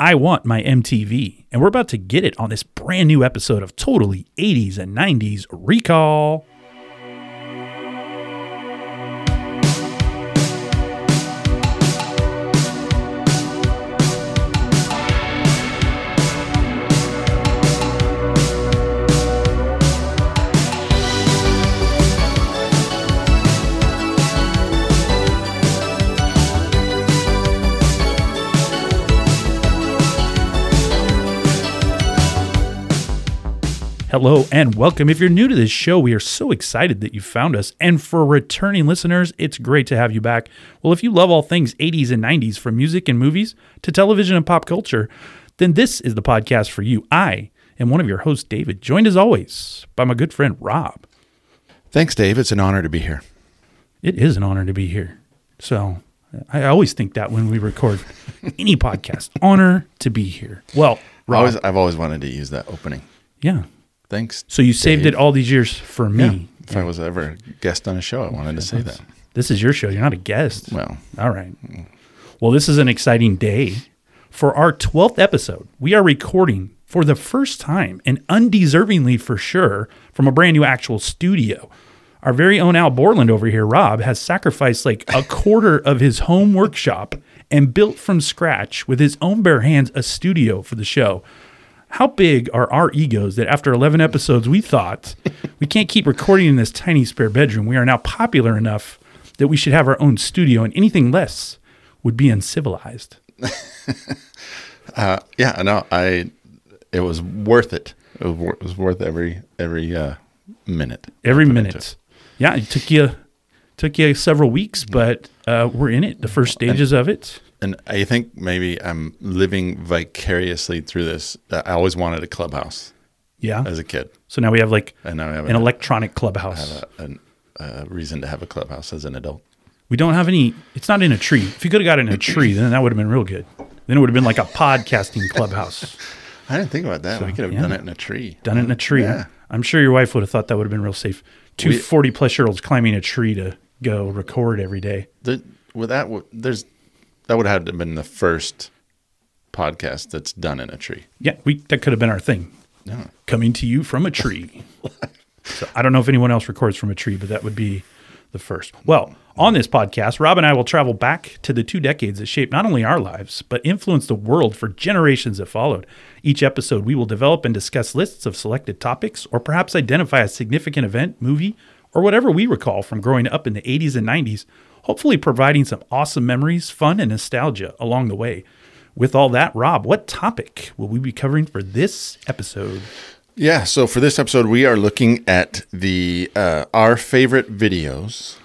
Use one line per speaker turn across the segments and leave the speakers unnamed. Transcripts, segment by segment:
I want my MTV, and we're about to get it on this brand new episode of Totally 80s and 90s Recall. Hello and welcome. If you're new to this show, we are so excited that you found us. And for returning listeners, it's great to have you back. Well, if you love all things 80s and 90s, from music and movies to television and pop culture, then this is the podcast for you. I am one of your hosts, David, joined as always by my good friend, Rob.
Thanks, Dave. It's an honor to be here.
It is an honor to be here. So I always think that when we record any podcast, honor to be here. Well,
I
Rob,
always, I've always wanted to use that opening.
yeah.
Thanks.
So you saved it all these years for me.
Yeah. If I was ever a guest on a show, I wanted to say that.
This is your show. You're not a guest.
Well,
All right. Well, this is an exciting day. For our 12th episode, we are recording for the first time and undeservingly for sure from a brand new actual studio. Our very own Al Borland over here, Rob, has sacrificed like a quarter of his home workshop and built from scratch with his own bare hands a studio for the show. How big are our egos that after 11 episodes, we thought we can't keep recording in this tiny spare bedroom? We are now popular enough that we should have our own studio, and anything less would be uncivilized.
yeah, no, I. It was worth it. It was, wor- it was worth every every uh, minute.
Every
I put into
minute. Yeah, it took you took you several weeks, but uh, we're in it. The first stages of it.
it. And I think maybe I'm living vicariously through this. I always wanted a clubhouse
Yeah.
as a kid,
So now we have like
and now I have
an
a-
electronic clubhouse.
a, an- a reason to have a clubhouse as an adult.
We don't have any. It's not in a tree. If you could have got it in a tree, then that would have been real good. Then it would have been like a podcasting clubhouse.
I didn't think about that. we could have
yeah.
done it in a tree.
Done it in a tree.
Yeah.
I'm sure your wife would have thought that would have been real safe. Two
We-
40 plus year olds climbing a tree to go record every day.
the, with that w- there's that would have been the first podcast that's done in a tree.
Yeah, we that could have been our thing.
Yeah.
Coming to you from a tree. so I don't know if anyone else records from a tree, but that would be the first. Well, on this podcast, Rob and I will travel back to the two decades that shaped not only our lives, but influenced the world for generations that followed. Each episode, we will develop and discuss lists of selected topics or perhaps identify a significant event, movie, or whatever we recall from growing up in the 80s and 90s, hopefully providing some awesome memories, fun, and nostalgia along the way. With all that, Rob, what topic will we be covering for this episode?
Yeah. So for this episode, we are looking at the uh, our favorite videos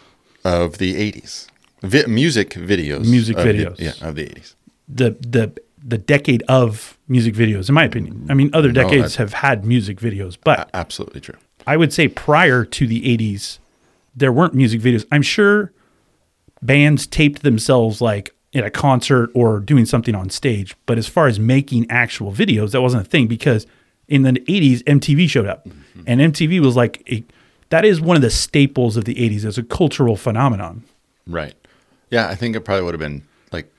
of the '80s, Vi- music videos,
Music
of the-
videos.
yeah, of the '80s.
The the the decade of music videos, in my opinion. I mean, other decades have had music videos, but
Absolutely true.
I would say prior to the '80s, there weren't music videos. I'm sure bands taped themselves like in a concert or doing something on stage, but as far as making actual videos, that wasn't a thing because in the 80s MTV showed up. And MTV was like a, that is one of the staples of the 80s as a cultural phenomenon.
Right. Yeah, I think it probably would have been like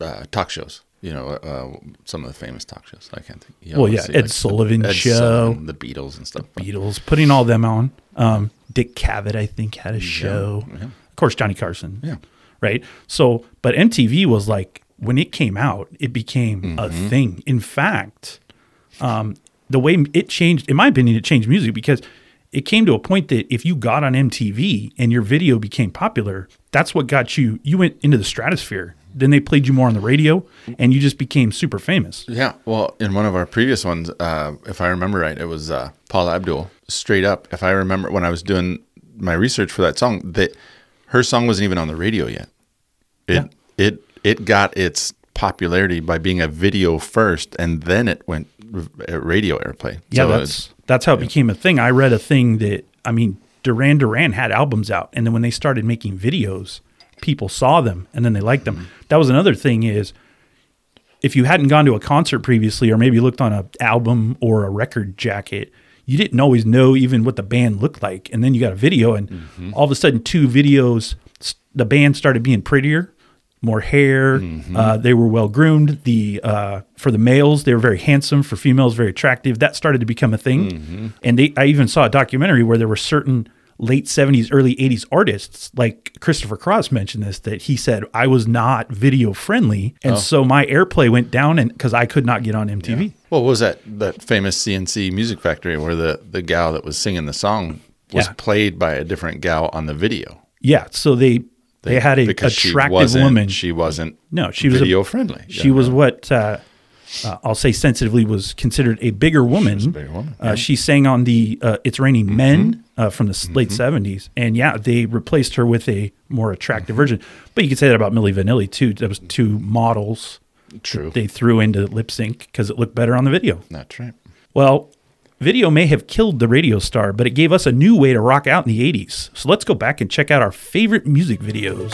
uh, talk shows. You know, uh, some of the famous talk shows. I can't think. You
Well,
always
yeah,
see,
Ed
the
Sullivan
Ed
Show.
Sullivan, the Beatles, and stuff.
Beatles, putting all them on. Um, Dick Cavett, I think, had a show. Of course, Johnny Carson.
Yeah.
Right. So, but MTV was like, when it came out, it became a thing. In fact, um, the way it changed, in my opinion, it changed music because it came to a point that if you got on MTV and your video became popular, that's what got you. You went into the stratosphere. Then they played you more on the radio, and you just became super famous.
Yeah, well, in one of our previous ones, uh, if I remember right, it was uh, Paul Abdul. Straight up, if I remember, when I was doing my research for that song, that her song wasn't even on the radio yet. It it it got its popularity by being a video first, and then it went r- uh, radio airplay.
Yeah,
So
that's that's how it became a thing. I read a thing that I mean, Duran Duran had albums out, and then when they started making videos, people saw them and then they liked them. That was another thing is if you hadn't gone to a concert previously or maybe looked on a album or a record jacket, you didn't always know even what the band looked like. And then you got a video and all of a sudden two videos s- the band started being prettier more hair. Uh, they were well groomed. The uh, for the males, they were very handsome. For females, very attractive. That started to become a thing. And they, I even saw a documentary where there were certain late '70s, early '80s artists, like Christopher Cross mentioned this, that he said I was not video friendly,
Oh.
and so my airplay went down, and because I could not get on MTV.
Well, what was that that famous CNC Music Factory where the the gal that was singing the song was
Yeah.
played by a different gal on the video?
Yeah, so they they, had a
Because she
attractive
wasn't-
woman.
She wasn't.
No, she was a-
video friendly.
she was what uh, uh, I'll say sensitively was considered a bigger woman. She,
bigger woman, Mm-hmm.
Uh, she sang on the uh, "It's Raining Men" uh, from the s late '70s, and yeah, they replaced her with a more
Mm-hmm.
attractive version. But you could say that about Millie Vanilli too. That was two models
True.
they threw into lip sync because it looked better on the video.
That's right.
Well, video may have killed the radio star, but it gave us a new way to rock out in the 80s. So let's go back and check out our favorite music videos.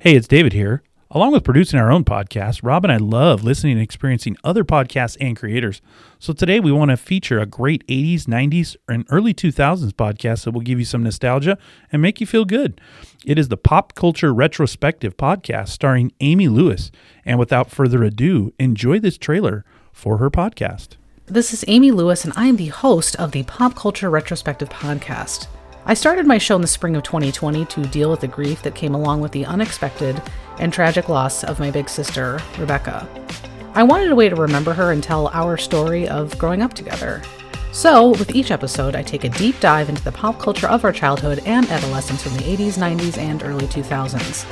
Hey, it's David here. Along with producing our own podcast, Rob and I love listening and experiencing other podcasts and creators. So today we want to feature a great 80s, 90s, and early 2000s podcast that will give you some nostalgia and make you feel good. It is the Pop Culture Retrospective podcast starring Amy Lewis. And without further ado, enjoy this trailer for her podcast.
This is Amy Lewis, and I am the host of the Pop Culture Retrospective Podcast. I started my show in the spring of 2020 to deal with the grief that came along with the unexpected and tragic loss of my big sister, Rebecca. I wanted a way to remember her and tell our story of growing up together. So, with each episode, I take a deep dive into the pop culture of our childhood and adolescence from the 80s, 90s, and early 2000s.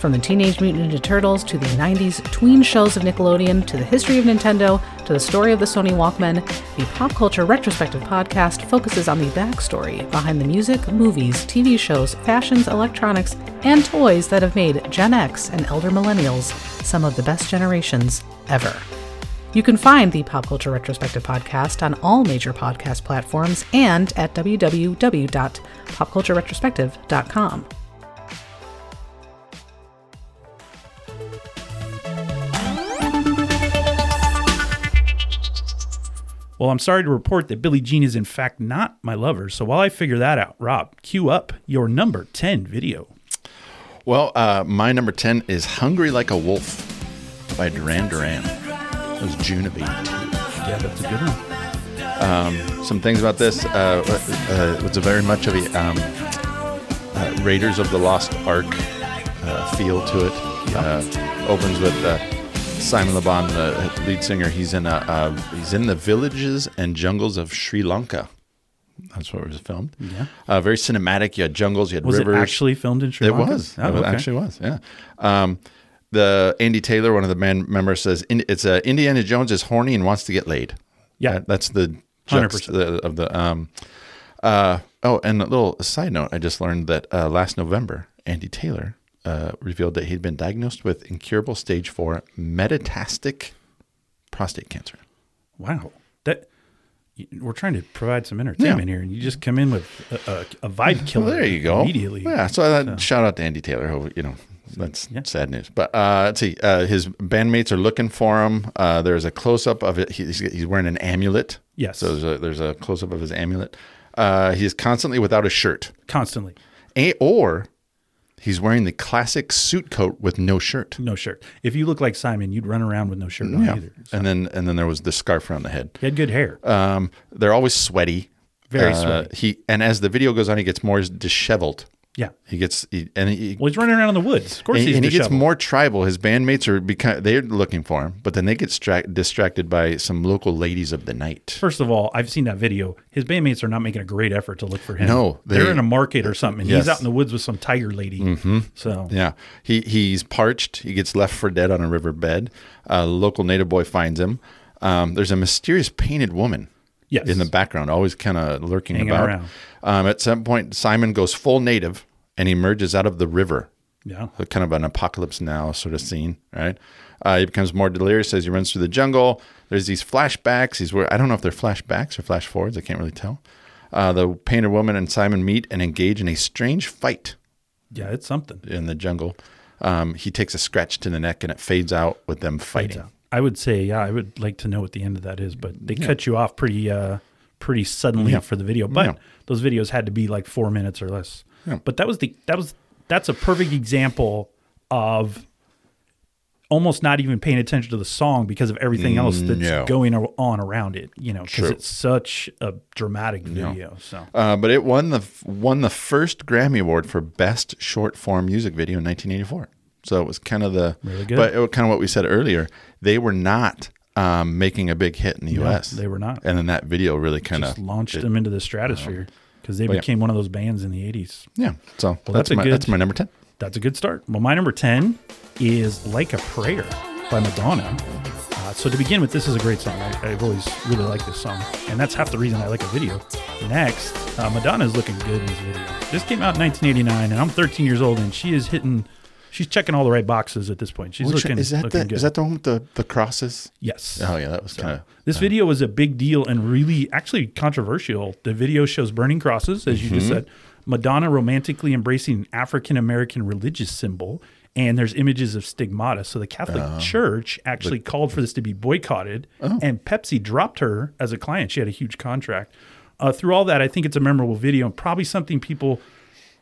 From the Teenage Mutant Ninja Turtles to the 90s tween shows of Nickelodeon to the history of Nintendo to the story of the Sony Walkman, the Pop Culture Retrospective podcast focuses on the backstory behind the music, movies, TV shows, fashions, electronics, and toys that have made Gen X and elder millennials some of the best generations ever. You can find the Pop Culture Retrospective podcast on all major podcast platforms and at www.popcultureretrospective.com.
Well, I'm sorry to report that Billie Jean is in fact not my lover. So while I figure that out, Rob, cue up your number 10 video.
Well, uh, my number 10 is Hungry Like a Wolf by Duran Duran. It was June of 82.
Yeah, that's a good one.
Some things about this uh, uh, it was a very much of a um, uh, Raiders of the Lost Ark uh, feel to it. Uh, opens with uh, Simon Le Bon, the lead singer. He's in, a, uh, he's in the villages and jungles of Sri Lanka. That's where it was filmed. Yeah. Uh, very cinematic. You had jungles, you had
Was
rivers.
it actually filmed in Sri
It
Lanka?
was.
Oh,
it
okay.
actually was. Yeah. Um, the Andy Taylor, one of the band members, says "In- it's uh, Indiana Jones is horny and wants to get laid.
Yeah.
That- that's the
100%.
juxt- the- of the. Um, uh, oh, and a little side note: I just learned that uh, last November, Andy Taylor uh, revealed that he'd been diagnosed with incurable stage four metastatic prostate cancer.
Wow. That we're trying to provide some entertainment here, and you just come in with a, a, a vibe killer.
Well, there you go.
Immediately.
Yeah. So I shout out to Andy Taylor. Who you know, that's sad news. But uh, let's see. Uh, his bandmates are looking for him. Uh, there's a close up of it. He's, he's wearing an amulet.
Yes.
So there's a, there's a close up of his amulet. Uh, he is constantly without a shirt,
Constantly.
a- or he's wearing the classic suit coat with no shirt.
No shirt. If you look like Simon, you'd run around with no shirt on
Yeah.
either.
And then and then there was the scarf around the head.
He had good hair.
Um, they're always sweaty.
Very
Uh,
sweaty.
He and as the video goes on, he gets more disheveled.
yeah.
He gets he, and he,
Well, he's running around in the woods. Of course,
and,
he's
and he gets
disheveled.
more tribal. His bandmates are become they're looking for him, but then they get stra- distracted by some local ladies of the night.
First of all, I've seen that video. His bandmates are not making a great effort to look for him.
No,
they're,
they-
in a market or something. and He's
Yes. Mm-hmm.
out in the woods with some tiger lady. So
Yeah, he he's parched. He gets left for dead on a riverbed. A local native boy finds him. Um, there's a mysterious painted woman.
Yes.
in the background, always kind of lurking
Hanging
about.
around.
Um, at some point, Simon goes full native and emerges out of the river.
yeah,
a kind of an apocalypse now sort of scene, right? Uh, he becomes more delirious as he runs through the jungle. There's these flashbacks. He's where I don't know if they're flashbacks or flash forwards. I can't really tell. Uh, the painter woman and Simon meet and engage in a strange fight
yeah, it's something.
in the jungle. Um, he takes a scratch to the neck and it fades out with them fighting.
I would say, yeah, I would like to know what the end of that is, but they cut you off pretty, uh, pretty suddenly
Yeah.
for the video, but
Yeah.
those videos had to be like four minutes or less.
Yeah.
But that was the that was that's a perfect example of almost not even paying attention to the song because of everything else that's
yeah.
going ar- on around it. You know,
Mm, True.
because it's such a dramatic video. So
Uh, but it won the won the first Grammy Award for Best Short Form Music Video in 1984. So it was kind of the
Really good.
but it was kind of what we said earlier. They were not um, making a big hit in the U.S.
they were not.
and then that video really kind
just
of
launched them into the stratosphere because they
Oh, yeah.
became one of those bands in the '80s.
Yeah, so
that's
that's,
a
my
good-
that's my number ten.
That's a good start. Well, my number 10 is Like a Prayer by Madonna. Uh, so, to begin with, this is a great song. I, I've always really liked this song, and that's half the reason I like a video. Next, uh, Madonna is looking good in this video. This came out in 1989, and I'm 13 years old, and she is hitting, she's checking all the right boxes at this point. She's
Which-
looking,
is that
looking
the
good.
is that the one with the, the crosses?
yes.
Oh yeah, that was kind of
This video was a big deal and really actually controversial. The video shows burning crosses, as you just said, Madonna romantically embracing an African American religious symbol, and there's images of stigmata. So the Catholic Church actually called for this to be boycotted, and Pepsi dropped her as a client. She had a huge contract. Uh, through all that, I think it's a memorable video and probably something people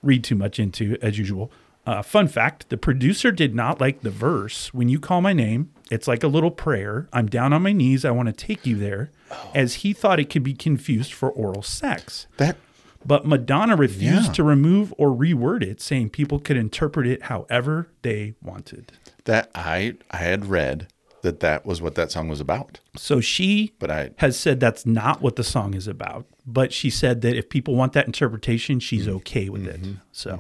read too much into, as usual. Uh, fun fact the producer did not like the verse. When you call my name, it's like a little prayer. I'm down on my knees. I want to take you there, as he thought it could be confused for oral sex.
that.
But Madonna refused
Yeah.
to remove or reword it, saying people could interpret it however they wanted.
That I I had read that that was what that song was about.
So she
But I-
has said that's not what the song is about, but she said that if people want that interpretation, she's
Mm-hmm.
okay with it. So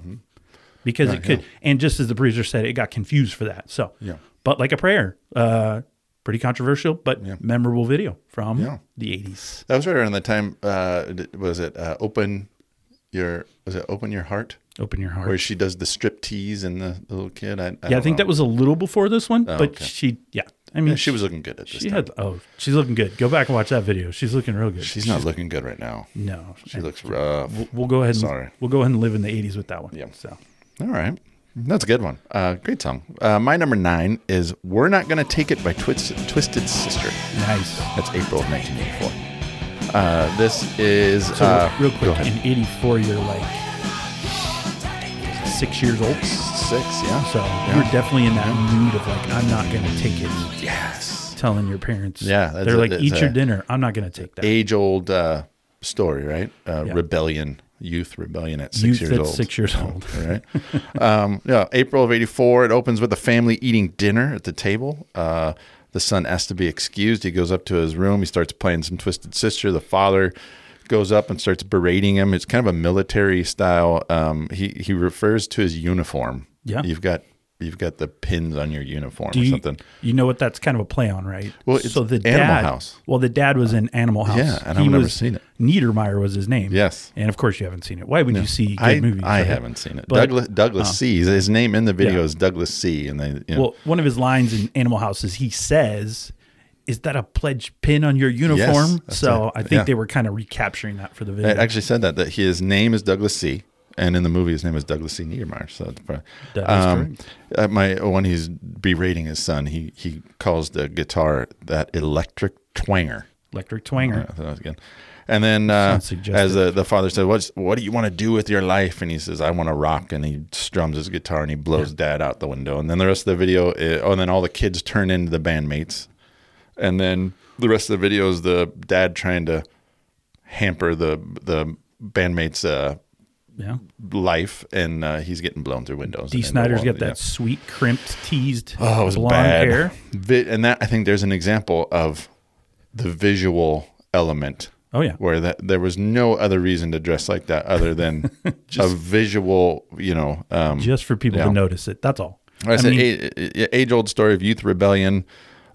because it could and just as the producer said, it got confused for that. So
Yeah.
but like a prayer. Uh pretty controversial, but memorable video from
Yeah.
the eighties.
That was right around the time. Uh, d- was it uh, open your was it open your heart
Open your heart.
where she does the strip tease and the, the little kid? I, I
yeah, I think that was a little before this one, but
Oh, okay.
she yeah. I mean
she was looking good at this.
she
time.
had oh, she's looking good. Go back and watch that video. She's looking real good.
she's not looking good right now.
no.
She looks rough.
We'll- We'll go ahead and
Sorry.
we'll go ahead and live in the eighties with that one.
Yeah.
So
All right. That's a good one. Uh, great song. Uh, my number nine is We're Not Gonna Take It by Twist- Twisted Sister.
nice.
That's April of 1984. Uh, this is.
So
uh,
real
go
quick,
ahead.
in '84, you're like six years old,
Six, yeah.
so
yeah.
you're definitely in that mood of like, I'm not gonna take it.
Yes.
Telling your parents,
Yeah, that's
they're
a-
like,
that's
eat
a-
your dinner. I'm not gonna take that.
Age old uh, story, right? Uh,
Yeah.
Rebellion, youth rebellion at
Youth
six years
that's
old.
six years old.
All right. um, yeah, April of 84. It opens with a family eating dinner at the table. Uh, the son asked to be excused. He goes up to his room. He starts playing some Twisted Sister. The father goes up and starts berating him. It's kind of a military style. Um, he, he refers to his uniform.
Yeah.
You've got. You've got the pins on your uniform
Do
or
you,
something.
you know what that's kind of a play on, right?
Well, it's Animal House. Uh,
Well, the dad was in Animal House.
Yeah, and I've never seen it.
Niedermeyer was his name.
Yes.
and of course you haven't seen it. Why would you see good
I,
movies?
I
right?
haven't seen it.
But- uh-huh.
Douglas Douglas C. His name in the video
Yeah.
is Douglas C. And they you know,
Well, one of his lines in Animal House is he says, "Is that a pledge pin on your uniform?"
that's
so
it.
I think
Yeah.
they were kind of recapturing that for the video.
it actually said that that his name is Douglas C. And in the movie, his name is Douglas C. Niedermeyer. So that's probably-
That is
um, uh, my when he's berating his son, he he calls the guitar that electric twanger.
Electric Twanger.
Yeah, so that's good. And then uh,
Sounds suggestive.
as the, the father said, "What's what do you want to do with your life?" And he says, "I want to rock." And he strums his guitar and he blows dad out the window. And then the rest of the video, i oh, and then all the kids turn into the bandmates. And then the rest of the video is the dad trying to hamper the the bandmates' uh,
Yeah.
life, and uh, he's getting blown through windows.
D.
and into
Snyder's
wall-
got that
yeah.
sweet, crimped, teased
Oh, it was
blonde
bad.
hair.
Vi- and that I think there's an example of the visual element.
Oh, yeah.
where that there was no other reason to dress like that other than a visual, you know. Um,
Just for people
Yeah.
to notice it. That's all.
I said age old story of youth rebellion.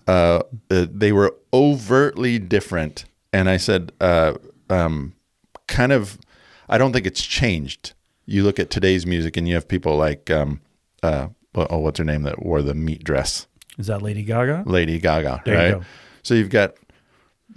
Uh, uh, they were overtly different, and I said, uh, um, kind of. I don't think it's changed. You look at today's music, and you have people like, um, uh, oh, what's her name that wore the meat dress?
Is that Lady Gaga?
Lady Gaga,
There you
right?
go.
so you've got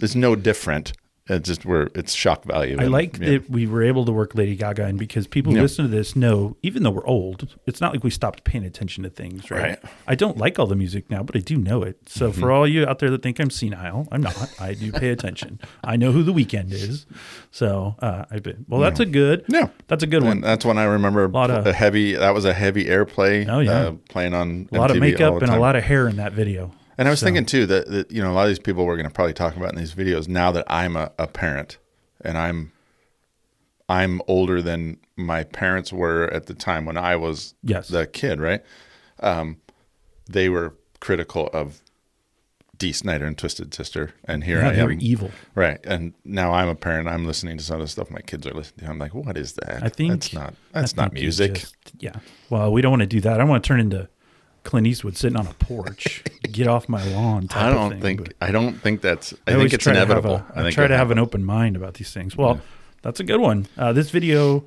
it's no different. It's just where it's shock value.
I
and,
like
yeah.
that we were able to work Lady Gaga, and because people who
Yeah.
listen to this know, even though we're old, it's not like we stopped paying attention to things, right?
Right. Mm-hmm.
I don't like all the music now, but I do know it. So for all you out there that think I'm senile, I'm not. I do pay attention. I know who the weekend is. So uh, I've been. Well, that's a good.
Yeah.
that's a good one.
And that's when I remember
Lot of-
a heavy. That was a heavy airplay. uh,
Oh, yeah.
playing on
A lot of makeup and a
of.
lot of hair in that video.
And I was
So-
thinking too that, that you know a lot of these people we're going to probably talk about in these videos now that I'm a, a parent and I'm I'm older than my parents were at the time when I was
Yes.
the kid, right? Um, they were critical of D. Snyder and Twisted Sister, and here
Yeah,
I
they
am,
were evil.
right? And now I'm a parent. I'm listening to some of the stuff my kids are listening to. I'm like, what is that?
I think
that's not
I
that's not
think you
music.
just- yeah. Well, we don't want to do that. I want to turn into Clint Eastwood sitting on a porch. Get off my lawn. Type
I
of
don't
thing,
think
but-
I don't think that's I,
always
think it's
try to have
inevitable.
a- I
think
try
it
to have an
happens.
open mind about these things. Well, that's a good one. Uh, this video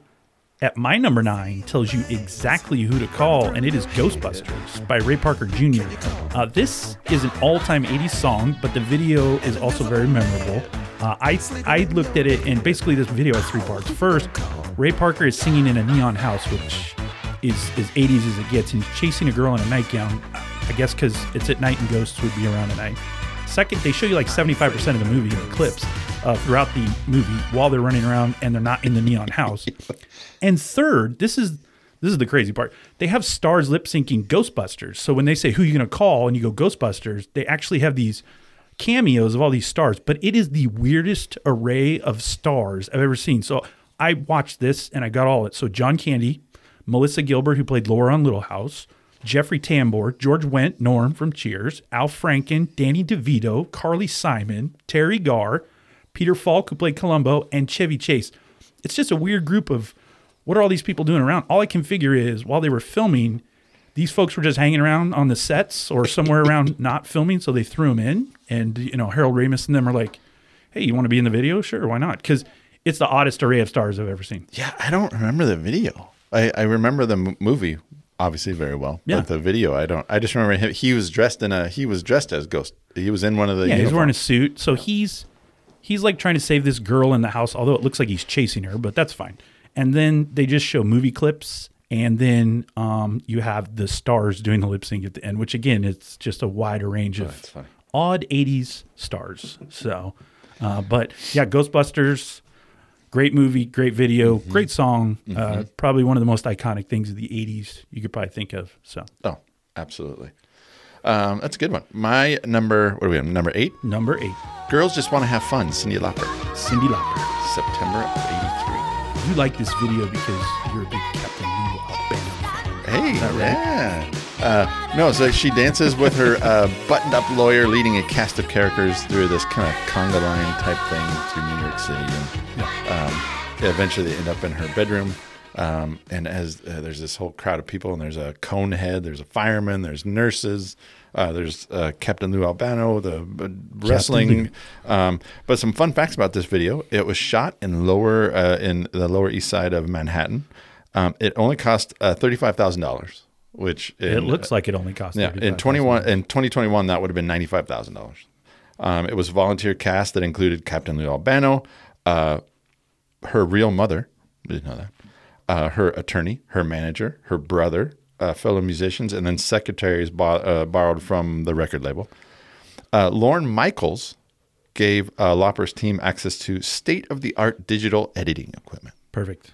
at my number nine tells you exactly who to call, and it is Ghostbusters by Ray Parker Jr. Uh, this is an all-time '80s song, but the video is also very memorable. Uh, I I looked at it, and basically this video has three parts. First, Ray Parker is singing in a neon house, which is as 80s as it gets, and he's chasing a girl in a nightgown. I guess because it's at night and ghosts would be around at night. Second, they show you like 75% of the movie in clips uh, throughout the movie while they're running around and they're not in the neon house. and third, this is this is the crazy part. They have stars lip syncing Ghostbusters. So when they say who you gonna call and you go Ghostbusters, they actually have these cameos of all these stars. But it is the weirdest array of stars I've ever seen. So I watched this and I got all of it. So John Candy, Melissa Gilbert, who played Laura on Little House, Jeffrey Tambor, George Wendt, Norm from Cheers, Al Franken, Danny DeVito, Carly Simon, Terry Garr, Peter Falk, who played Columbo, and Chevy Chase. It's just a weird group of what are all these people doing around? All I can figure is while they were filming, these folks were just hanging around on the sets or somewhere around not filming, so they threw them in. And you know, Harold Ramis and them are like, "Hey, you want to be in the video? Sure, why not?" Because it's the oddest array of stars I've ever seen.
Yeah, I don't remember the video. I, I remember the m- movie obviously very well,
Yeah.
but the video I don't. I just remember him, he was dressed in a he was dressed as ghost. He was in one of the
Yeah, he's wearing a
uniforms.
suit. So he's he's like trying to save this girl in the house, although it looks like he's chasing her, but that's fine. And then they just show movie clips and then um, you have the stars doing the lip sync at the end, which again, it's just a wider range
Oh, that's
of
funny.
odd 80s stars. So, uh, but yeah, Ghostbusters, great movie, great video,
Mm-hmm.
great song. Uh, probably one of the most iconic things of the 80s you could probably think of. So,
oh, absolutely. Um, that's a good one. My number what are we on number eight?
number eight,
Girls just want to have fun. Cindy Lauper,
Cindy Lauper.
September of '83.
You like this video because you're a big Captain Lou Albano.
Hey, yeah. Uh, no, so she dances with her uh, buttoned-up lawyer, leading a cast of characters through this kind of conga line type thing through New York City. And, um, they eventually they end up in her bedroom um, and as uh, there's this whole crowd of people and there's a cone head there's a fireman there's nurses uh, there's uh, captain lou albano the uh, wrestling um, but some fun facts about this video it was shot in lower uh, in the lower east side of manhattan um, it only cost uh, $35000 which
It looks like it only cost.
yeah, in 21 in 2021 that would have been $95,000. Um, it was a volunteer cast that included Captain Lou Albano, uh, her real mother, I didn't know that. Uh, her attorney, her manager, her brother, uh, fellow musicians, and then secretaries bo- uh, borrowed from the record label. Uh, Lauren Michaels gave uh, Lauper's team access to state of the art digital editing equipment
perfect.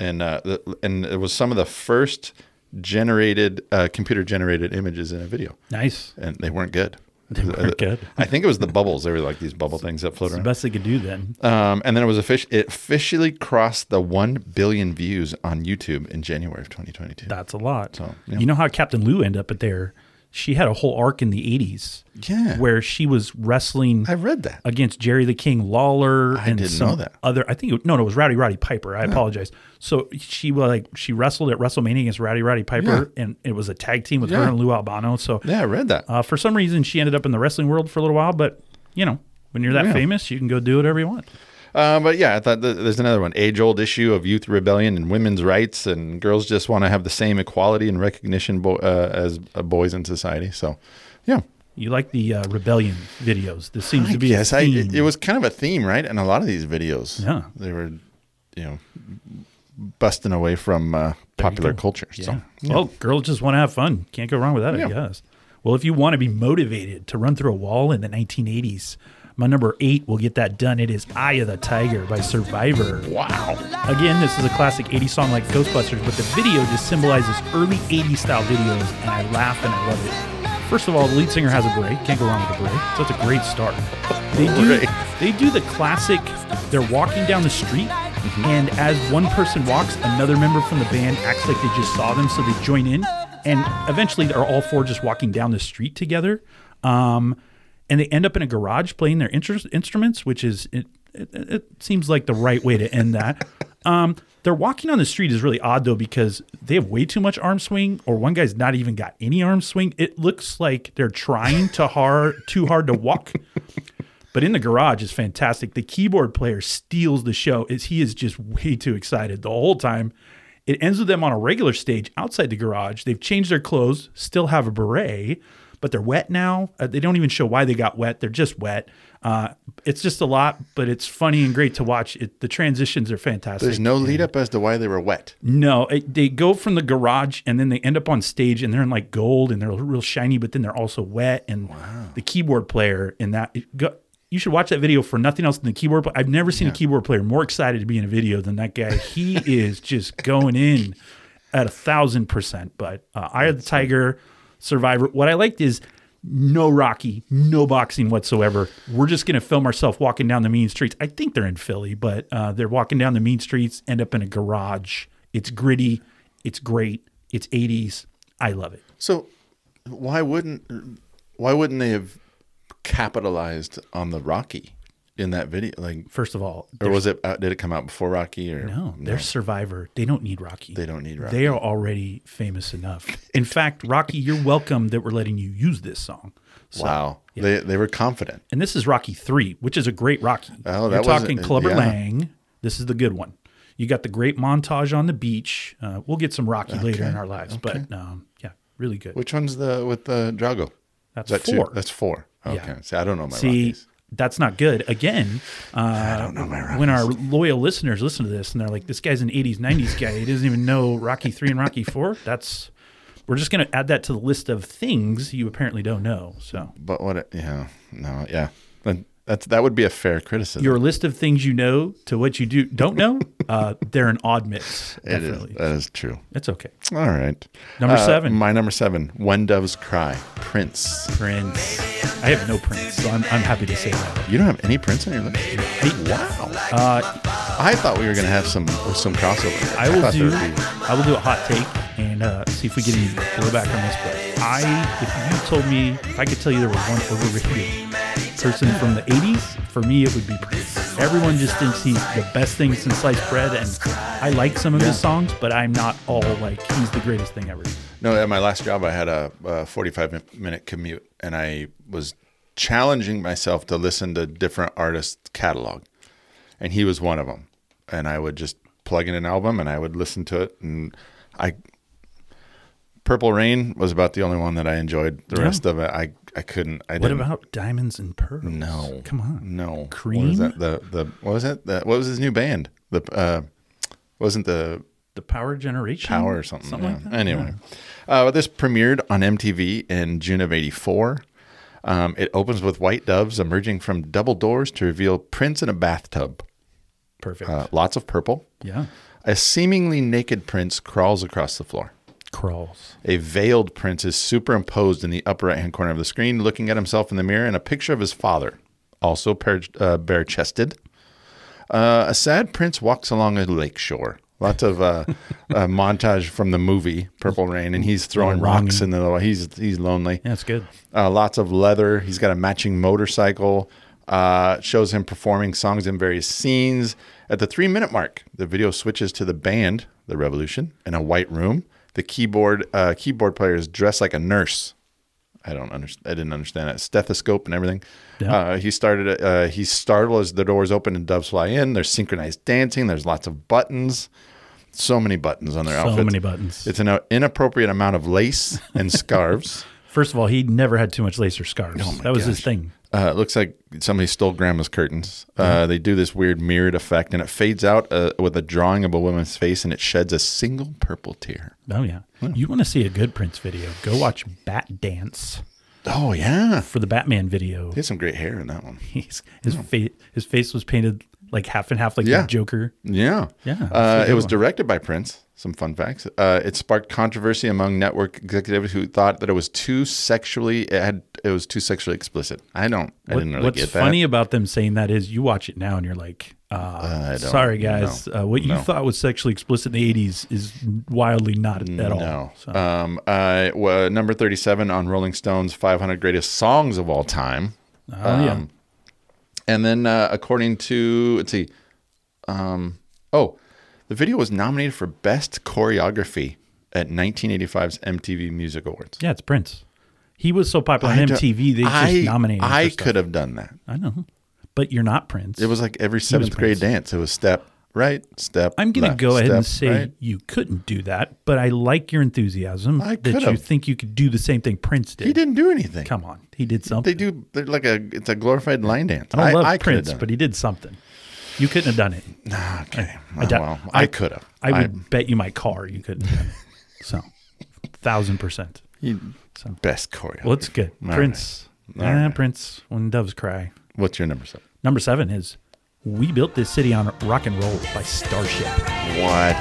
and uh, the, and it was some of the first generated uh, computer generated images in a video,
Nice.
and they weren't good.
They weren't good.
I think it was the bubbles. They were like these bubble things that float
It's the
around.
best they could do then.
Um, and then it was offici- it officially crossed the one billion views on YouTube in January of 2022.
That's a lot.
So, yeah.
You know how Captain Lou ended up at there? She had a whole arc in the 80s.
Yeah.
Where she was wrestling
I read that.
against Jerry the King Lawler and
didn't
some
know that.
other. I think it, no, no, it was Rowdy Roddy Piper. I apologize. So she was like she wrestled at WrestleMania against Rowdy Roddy Piper, and it was a tag team with her
Yeah.
and Lou Albano. So
yeah, I read that.
Uh, for some reason, she ended up in the wrestling world for a little while, but you know, when you're that
Yeah.
famous, you can go do whatever you want.
Uh, but yeah, I thought th- there's another one age old issue of youth rebellion and women's rights, and girls just want to have the same equality and recognition bo- uh, as uh, boys in society. So, yeah,
You like the uh, rebellion videos. This seems to be
Yes,
a
I,
theme.
it it was kind of a theme, right? In a lot of these videos,
Yeah.
they were, you know, busting away from uh, popular
go.
culture.
Yeah.
So,
Well, girls just want to have fun. Can't go wrong with that, I
Yeah.
guess. Well, if you want to be motivated to run through a wall in the 1980s, my number eight will get that done. It is Eye of the Tiger by Survivor.
wow,
Again, this is a classic 80s song like Ghostbusters, but the video just symbolizes early 80s style videos, and I laugh and I love it. First of all, the lead singer has a break. Can't go wrong with a break. So it's a great start. They do,
Right.
they do the classic, they're walking down the street, and as one person walks, another member from the band acts like they just saw them, so they join in. And eventually, they're all four just walking down the street together. Um, and they end up in a garage playing their instru- instruments, which is, it, it, it seems like the right way to end that. Um, they're walking on the street is really odd though because they have way too much arm swing, or one guy's not even got any arm swing. It looks like they're trying to hard too hard to walk. But in the garage is fantastic. The keyboard player steals the show. Is he is just way too excited the whole time. It ends with them on a regular stage outside the garage. They've changed their clothes, still have a beret, but they're wet now. Uh, they don't even show why they got wet. They're just wet. Uh, it's just a lot, but it's funny and great to watch. It, the transitions are fantastic.
there's no lead up as to why they were wet.
No, it, they go from the garage and then they end up on stage and they're in like gold and they're real shiny, but then they're also wet. And the keyboard player in that, it go, you should watch that video for nothing else than the keyboard. Player. I've never seen a keyboard player more excited to be in a video than that guy. He is just going in at a thousand percent. But uh, Eye of the Tiger, Survivor. What I liked is no Rocky, no boxing whatsoever. We're just going to film ourselves walking down the mean streets. I think they're in Philly, but uh, they're walking down the mean streets, end up in a garage. It's gritty. It's great. It's 80s. I love it.
So, why wouldn't why wouldn't they have capitalized on the Rocky in that video? Like,
First of all,
or was it out, did it come out before Rocky? Or
no, they're Survivor. They don't need Rocky.
They don't need
They are already famous enough. In fact, Rocky, you're welcome that we're letting you use this song. So-
wow, they they were confident.
and this is Rocky three, which is a great Rocky.
Oh,
You're
that wasn't-
talking Clubber
yeah.
Lang. This is the good one. You got the great montage on the beach. Uh, we'll get some Rocky later in our lives, but um, yeah, really good.
Which one's the with the Drago?
That's
Is that two?
four.
That's four. Okay,
Yeah.
see, I don't know my
See,
Rockies.
that's not good. Again, uh, I don't know my when our loyal listeners listen to this and they're like, "This guy's an '80s, '90s guy. He doesn't even know Rocky three and Rocky four. That's we're just going to add that to the list of things you apparently don't know. So
But what? it- Yeah, no, yeah. That- That's that would be a fair criticism.
your list of things you know to what you do don't know, uh, they're an odd mix.
It is-
Definitely,
that is true.
it's okay.
All right. Uh,
Number seven.
My number seven. When doves cry. Prince.
Prince. I have no Prince, so I'm, I'm happy to say that.
You don't have any Prince on your list. wow.
Uh,
I thought we were gonna have some some crossover.
I will
thought
do
there would be-
I will do a hot take and uh, see if we get any blowback on this. But I, if you told me, if I could tell you there was one overrated person from the '80s, for me it would be Prince. Everyone just thinks he's the best thing since sliced bread, and I like some of his songs, but I'm not all like he's the greatest thing ever.
No, at my last job, I had a, a 45 min- minute commute, and I was challenging myself to listen to different artists' catalog, and he was one of them. And I would just plug in an album, and I would listen to it, and I. Purple Rain was about the only one that I enjoyed. The
Yeah.
rest of it, I I couldn't. I
What
didn't.
about Diamonds and Pearls?
No,
come on,
no. What
Cream?
was that? The the what was it? The, what was his new band? The uh, wasn't the
the Power Generation,
Power or something.
Mm. something
yeah.
like that.
Anyway, Uh, this premiered on MTV in June of '84. Um, it opens with white doves emerging from double doors to reveal Prince in a bathtub.
perfect.
Uh, lots of purple.
yeah,
A seemingly naked Prince crawls across the floor.
crawls.
A veiled Prince is superimposed in the upper right hand corner of the screen, looking at himself in the mirror and a picture of his father, also bare uh, chested. Uh, a sad Prince walks along a lake shore. Lots of uh, uh, montage from the movie Purple Rain, and he's throwing rocks in the. He's he's lonely.
Yeah, it's good.
Uh, lots of leather. He's got a matching motorcycle. Uh, shows him performing songs in various scenes. At the three minute mark, the video switches to the band, The Revolution, in a white room. The keyboard uh, keyboard player is dressed like a nurse. I don't understand. I didn't understand that stethoscope and everything.
Yeah.
Uh, he started. Uh, he's startled as the doors open and doves fly in. There's synchronized dancing. There's lots of buttons. So many buttons on their
So
outfits.
many buttons.
It's an uh, inappropriate amount of lace and scarves.
First of all, he never had too much lace or scars.
Oh
that was his thing.
Uh, it looks like somebody stole grandma's curtains. Uh, they do this weird mirrored effect, and it fades out uh, with a drawing of a woman's face, and it sheds a single purple tear.
Oh yeah. You want to see a good Prince video? Go watch Bat Dance
Oh yeah,
for the Batman video.
he had some great hair in that one.
He's, his face his face was painted like half and half like
Oh. Yeah.
the Joker.
Yeah,
Yeah, that's a
Uh,
good
it was
one.
directed by Prince. Some fun facts. Uh, it sparked controversy among network executives who thought that it was too sexually. It had it was too sexually explicit. I don't. I
What-
didn't really
what's
get that.
funny about them saying that is you watch it now and you're like, uh,
I don't
sorry guys,
know.
uh, what you
No.
thought was sexually explicit in the '80s is wildly not at all.
No.
So,
Um, uh, wa- number 37 on Rolling Stone's 500 Greatest Songs of All Time.
oh, yeah.
Um, And then, uh, according to, let's see, um, oh, the video was nominated for Best Choreography at 1985's MTV Music Awards.
yeah, it's Prince. He was so popular on
don't-
MTV they just
I-
nominated. him for
I
stuff.
could have done that.
I know, but you're not Prince.
It was like every seventh grade
Prince.
dance. It was step right, step.
I'm going to
left,
go ahead and
step
say
right.
you couldn't do that, but I like your enthusiasm
I
that you
could've.
think you could do the same thing Prince did.
he didn't do anything.
Come on, he did something.
They do. They're like a. It's a glorified line dance.
I don't love
could have
Prince,
done it.
but he did something. You couldn't have done it.
Okay.
I doubt-
Oh, well, I, could have.
I would bet you my car you couldn't have done it. So, thousand percent.
best choreo.
Well, it's good.
All
Prince.
right. All
Ah,
right.
Prince, when doves cry.
What's your number seven?
Number seven is We Built This City on Rock and Roll by Starship.
What?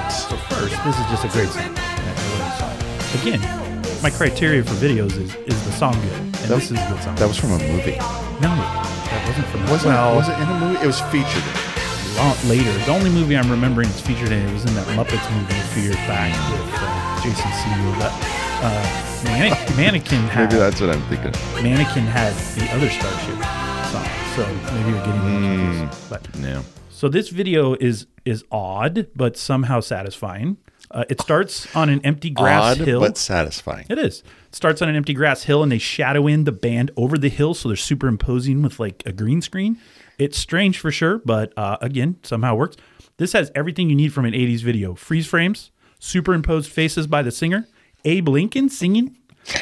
first, this is just a great song. Again, my criteria for videos is is the song good, and this is a good song.
That was from a movie.
no, that wasn't from.
Wasn't
well,
was it in a movie? It was featured. in-
long- later. The only movie I'm remembering it's featured in it was in that Muppets movie a few years back with uh, Jason Segel. But uh, Manne- Mannequin had
Maybe that's what I'm thinking.
Mannequin had the other Starship song, so maybe you're getting
Hmm.
them confused. But
No.
so this video is is odd, but somehow satisfying. Uh, it starts on an empty grass
Odd
hill.
but satisfying.
It is. It starts on an empty grass hill, and they shadow in the band over the hill, so they're superimposing with like a green screen. It's strange for sure, but uh, again, somehow works. This has everything you need from an '80s video: freeze frames, superimposed faces by the singer, Abe Lincoln singing.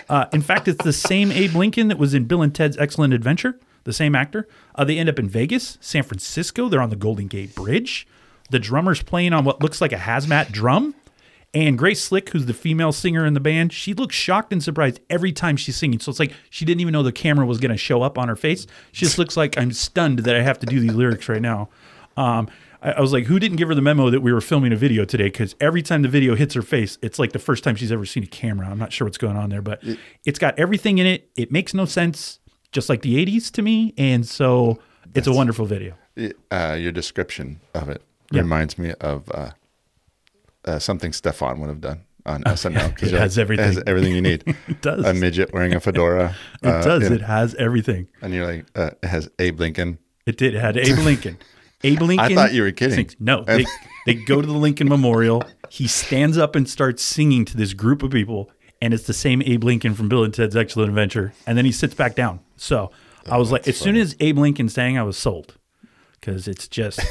Uh, in fact, it's the same Abe Lincoln that was in Bill and Ted's Excellent Adventure. The same actor. Uh, they end up in Vegas, San Francisco. They're on the Golden Gate Bridge. The drummer's playing on what looks like a hazmat drum. And Grace Slick, who's the female singer in the band, she looks shocked and surprised every time she's singing. So it's like she didn't even know the camera was going to show up on her face. She just looks like I'm stunned that I have to do these lyrics right now. Um, I, I was like, who didn't give her the memo that we were filming a video today? Because every time the video hits her face, it's like the first time she's ever seen a camera. I'm not sure what's going on there, but it's got everything in it. It makes no sense, just like the 80s to me. And so it's a wonderful video.
It- uh, your description of it
Yeah.
reminds me of uh, uh, something Stefan would have done on SNL because
It has everything.
Has everything you need.
It does.
A midget wearing a fedora. uh,
It does. It has everything.
And you're like, uh, it has Abe Lincoln.
It did. It had Abe Lincoln. Abe Lincoln.
thought you were kidding.
sings- No, they, they go to the Lincoln Memorial. He stands up and starts singing to this group of people, and it's the same Abe Lincoln from Bill and Ted's Excellent Adventure. And then he sits back down. So I
Oh,
was like, as soon as Abe Lincoln sang, I was sold because it's just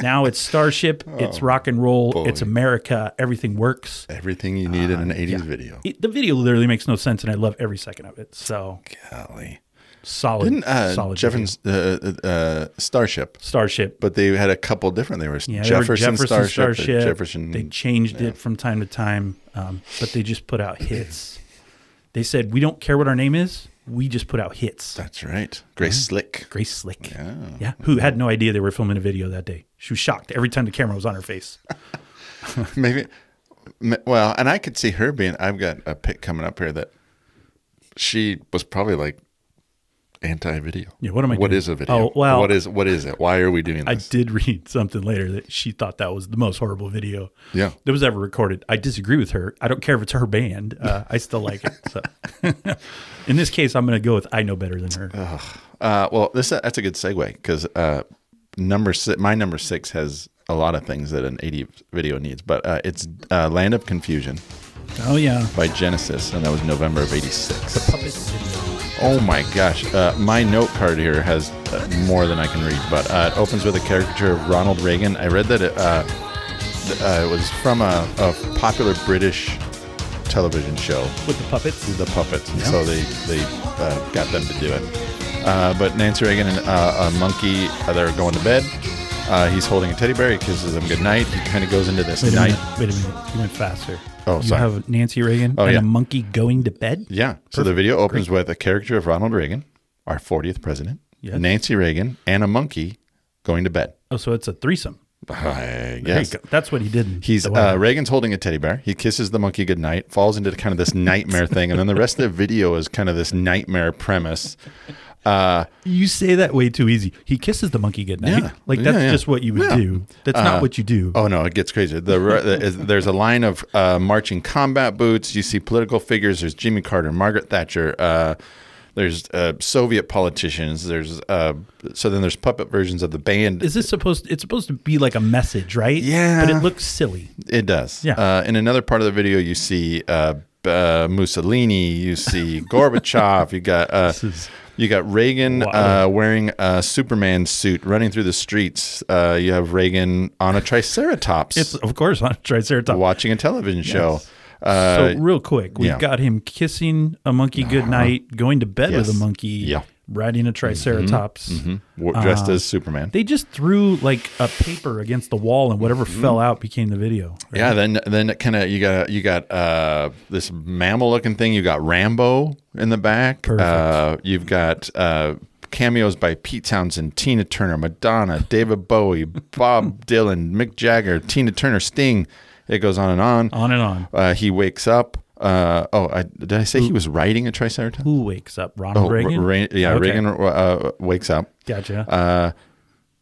now it's Starship, it's
Oh,
rock and roll, it's America, everything works.
Everything you need in an 80s video.
It- the video literally makes no sense, and I love every second of it. So
Golly.
solid,
Didn't uh,
solid. video.
Jefferson's uh, uh, uh, Starship,
Starship.
but they had a couple different. They were
Yeah, they were
Jefferson, Starship, or Jefferson.
They changed it from time to time, um, but they just put out hits. They said, "We don't care what our name is. We just put out hits."
That's right. Grace Slick.
Grace Slick, yeah. who had no idea they were filming a video that day. She was shocked every time the camera was on her face.
Maybe. m- Well, and I could see her being. I've got a pick coming up here that she was probably like anti-video.
Yeah, what am I
What
doing?
is a video?
Oh, well-
what is what is it? Why are we doing
I
this?
did read something later that she thought that was the most horrible video
Yeah.
that was ever recorded. I disagree with her. I don't care if it's her band. Uh, I still like it. So, in this case, I'm going to go with "I Know Better Than Her."
Uh, well, this that's a good segue because uh, number six, my number six has a lot of things that an 80 video needs, but uh, it's uh, "Land of Confusion"
oh yeah,
by Genesis, and that was November of '86.
puppet video.
Oh my gosh. Uh, my note card here has uh, more than I can read, but uh, it opens with a caricature of Ronald Reagan. I read that it, uh, th- uh, it was from a, a popular British television show
with the puppets.
the puppets, and so they they uh, got them to do it. Uh, but Nancy Reagan and uh, a monkey, uh, they're going to bed. Uh, he's holding a teddy bear. He kisses him goodnight. He kind of goes into this
Wait a minute.
night.
Wait a minute. You went faster.
Oh,
you
sorry.
have Nancy Reagan
Oh,
and
yeah.
a monkey going to bed.
Yeah. So the video opens with a caricature of Ronald Reagan, our 40th president,
Yes.
Nancy Reagan, and a monkey going to bed.
Oh, so it's a threesome.
I
There you
guess.
go. That's what he did. in
He's
the
uh,
Wild.
Reagan's holding a teddy bear. He kisses the monkey goodnight, falls into kind of this nightmare thing, and then the rest of the video is kind of this nightmare premise.
you say that way too easy. He kisses the monkey goodnight.
Yeah.
Like that's
Yeah, yeah.
just what you would
Yeah.
do. That's not what you do.
Oh no, it gets crazy. The, the- is- there's a line of uh, marching combat boots. You see political figures. There's Jimmy Carter, Margaret Thatcher. Uh, there's uh, Soviet politicians. There's uh, so then there's puppet versions of the band.
Is this supposed? It's supposed to be like a message, right?
Yeah.
But it looks silly.
It does.
Yeah.
Uh, in another part of the video, you see uh, uh, Mussolini, you see Gorbachev, you got uh,
is-
you got Reagan
Wow.
uh, wearing a Superman suit running through the streets. Uh, you have Reagan on a triceratops,
It's uh, of course on a triceratops.
watching a television show.
so
Uh,
real quick, we've
yeah.
got him kissing a monkey goodnight, going to bed with
Yes.
a monkey,
Yeah.
riding a triceratops.
w- dressed
uh,
as Superman.
They just threw like a paper against the wall, and whatever fell out became the video. right?
Mm-hmm. yeah, then then kind of you got you got uh, this mammal looking thing. You got Rambo in the back.
Perfect.
Uh, you've got uh, cameos by Pete Townsend, Tina Turner, Madonna, David Bowie, Bob Dylan, Mick Jagger, Tina Turner, Sting. It goes on and on.
On and on.
Uh, he wakes up. Uh, oh, I, did I say he was riding a triceratops?
Who wakes up? Ronald
Oh,
Reagan.
Ra- yeah,
Okay.
Reagan uh, wakes up.
Gotcha.
Uh,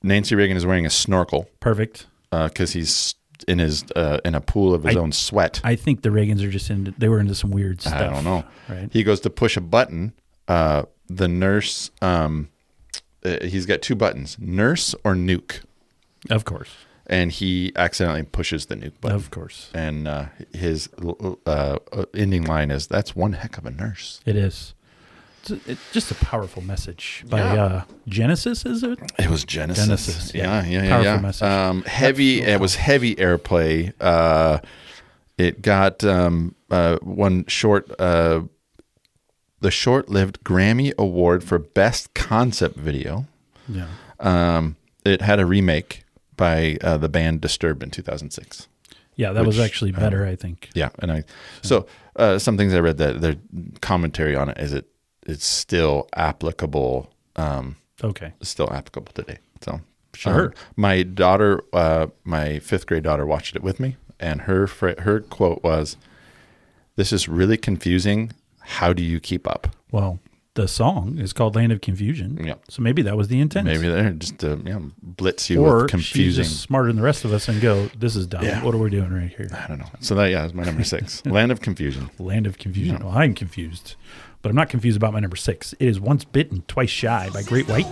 Nancy Reagan is wearing a snorkel.
Perfect.
because he's in his uh, in a pool of his own sweat. I,
I think the Reagans are just into. They were into some weird stuff.
don't know.
Right.
He goes to push a button. Uh, the nurse. Um, uh, he's got two buttons: nurse or nuke.
Of course.
And he accidentally pushes the nuke button.
Of course.
And uh, his l- uh, uh, ending line is, "That's one heck of a nurse."
It is. It's, a- it's just a powerful message by
Yeah.
uh, Genesis, is it?
It was Genesis.
Genesis, yeah.
Yeah, yeah, yeah.
Powerful
yeah.
message.
Um, heavy. It was heavy airplay. Uh, it got um, uh, one short, uh, the short-lived Grammy Award for Best Concept Video.
Yeah.
Um, it had a remake by uh, the band Disturbed in 2006.
Yeah, that was
Which, uh,
actually better, I think.
Yeah, and I so uh, some things I read that their commentary on it is it it's still applicable. Um,
Okay.
is still applicable today. So
Sure.
um, my daughter, uh, my fifth grade daughter, watched it with me, and her fra- her quote was, "This is really confusing. How do you keep up?"
Well, the song is called "Land of Confusion."
Yeah.
So maybe that was the intent.
Maybe they're just uh, you know, blitz you
Or
with confusing.
she's just smarter than the rest of us and go, "This is dumb.
Yeah.
What are we doing right here?"
I don't know. So that yeah, is my number six, Land of Confusion.
Land of Confusion. Well, I'm confused, but I'm not confused about my number six. It is "Once Bitten, Twice Shy" by Great White.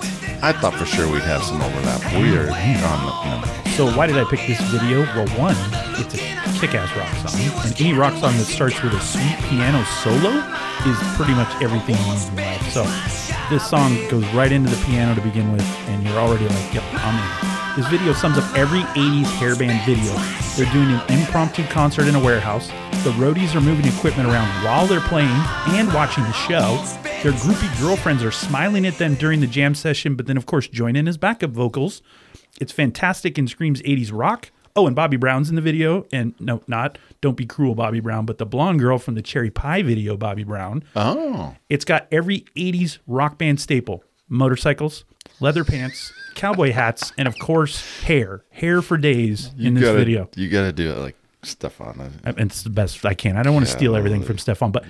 I thought for sure we'd have some overlap. Weird. On the, no.
So why did I pick this video? Well, one, it's a kick-ass rock song, and any rock song that starts with a sweet piano solo is pretty much everything you need in life. So this song goes right into the piano to begin with, and you're already like, yep, I'm in. This video sums up every 80s hairband video. They're doing an impromptu concert in a warehouse. The roadies are moving equipment around while they're playing and watching the show. Their groupie girlfriends are smiling at them during the jam session, but then, of course, join in as backup vocals. It's fantastic and screams 80s rock. Oh, and Bobby Brown's in the video. And no, not Don't Be Cruel, Bobby Brown, but the blonde girl from the Cherry Pie video, Bobby Brown.
Oh,
It's got every 80s rock band staple motorcycles, leather pants, cowboy hats, and of course, hair. Hair for days in this
gotta,
video.
You gotta do it like stuff on it.
I mean, it's the best I can. I don't want to steal everything from Stefan, but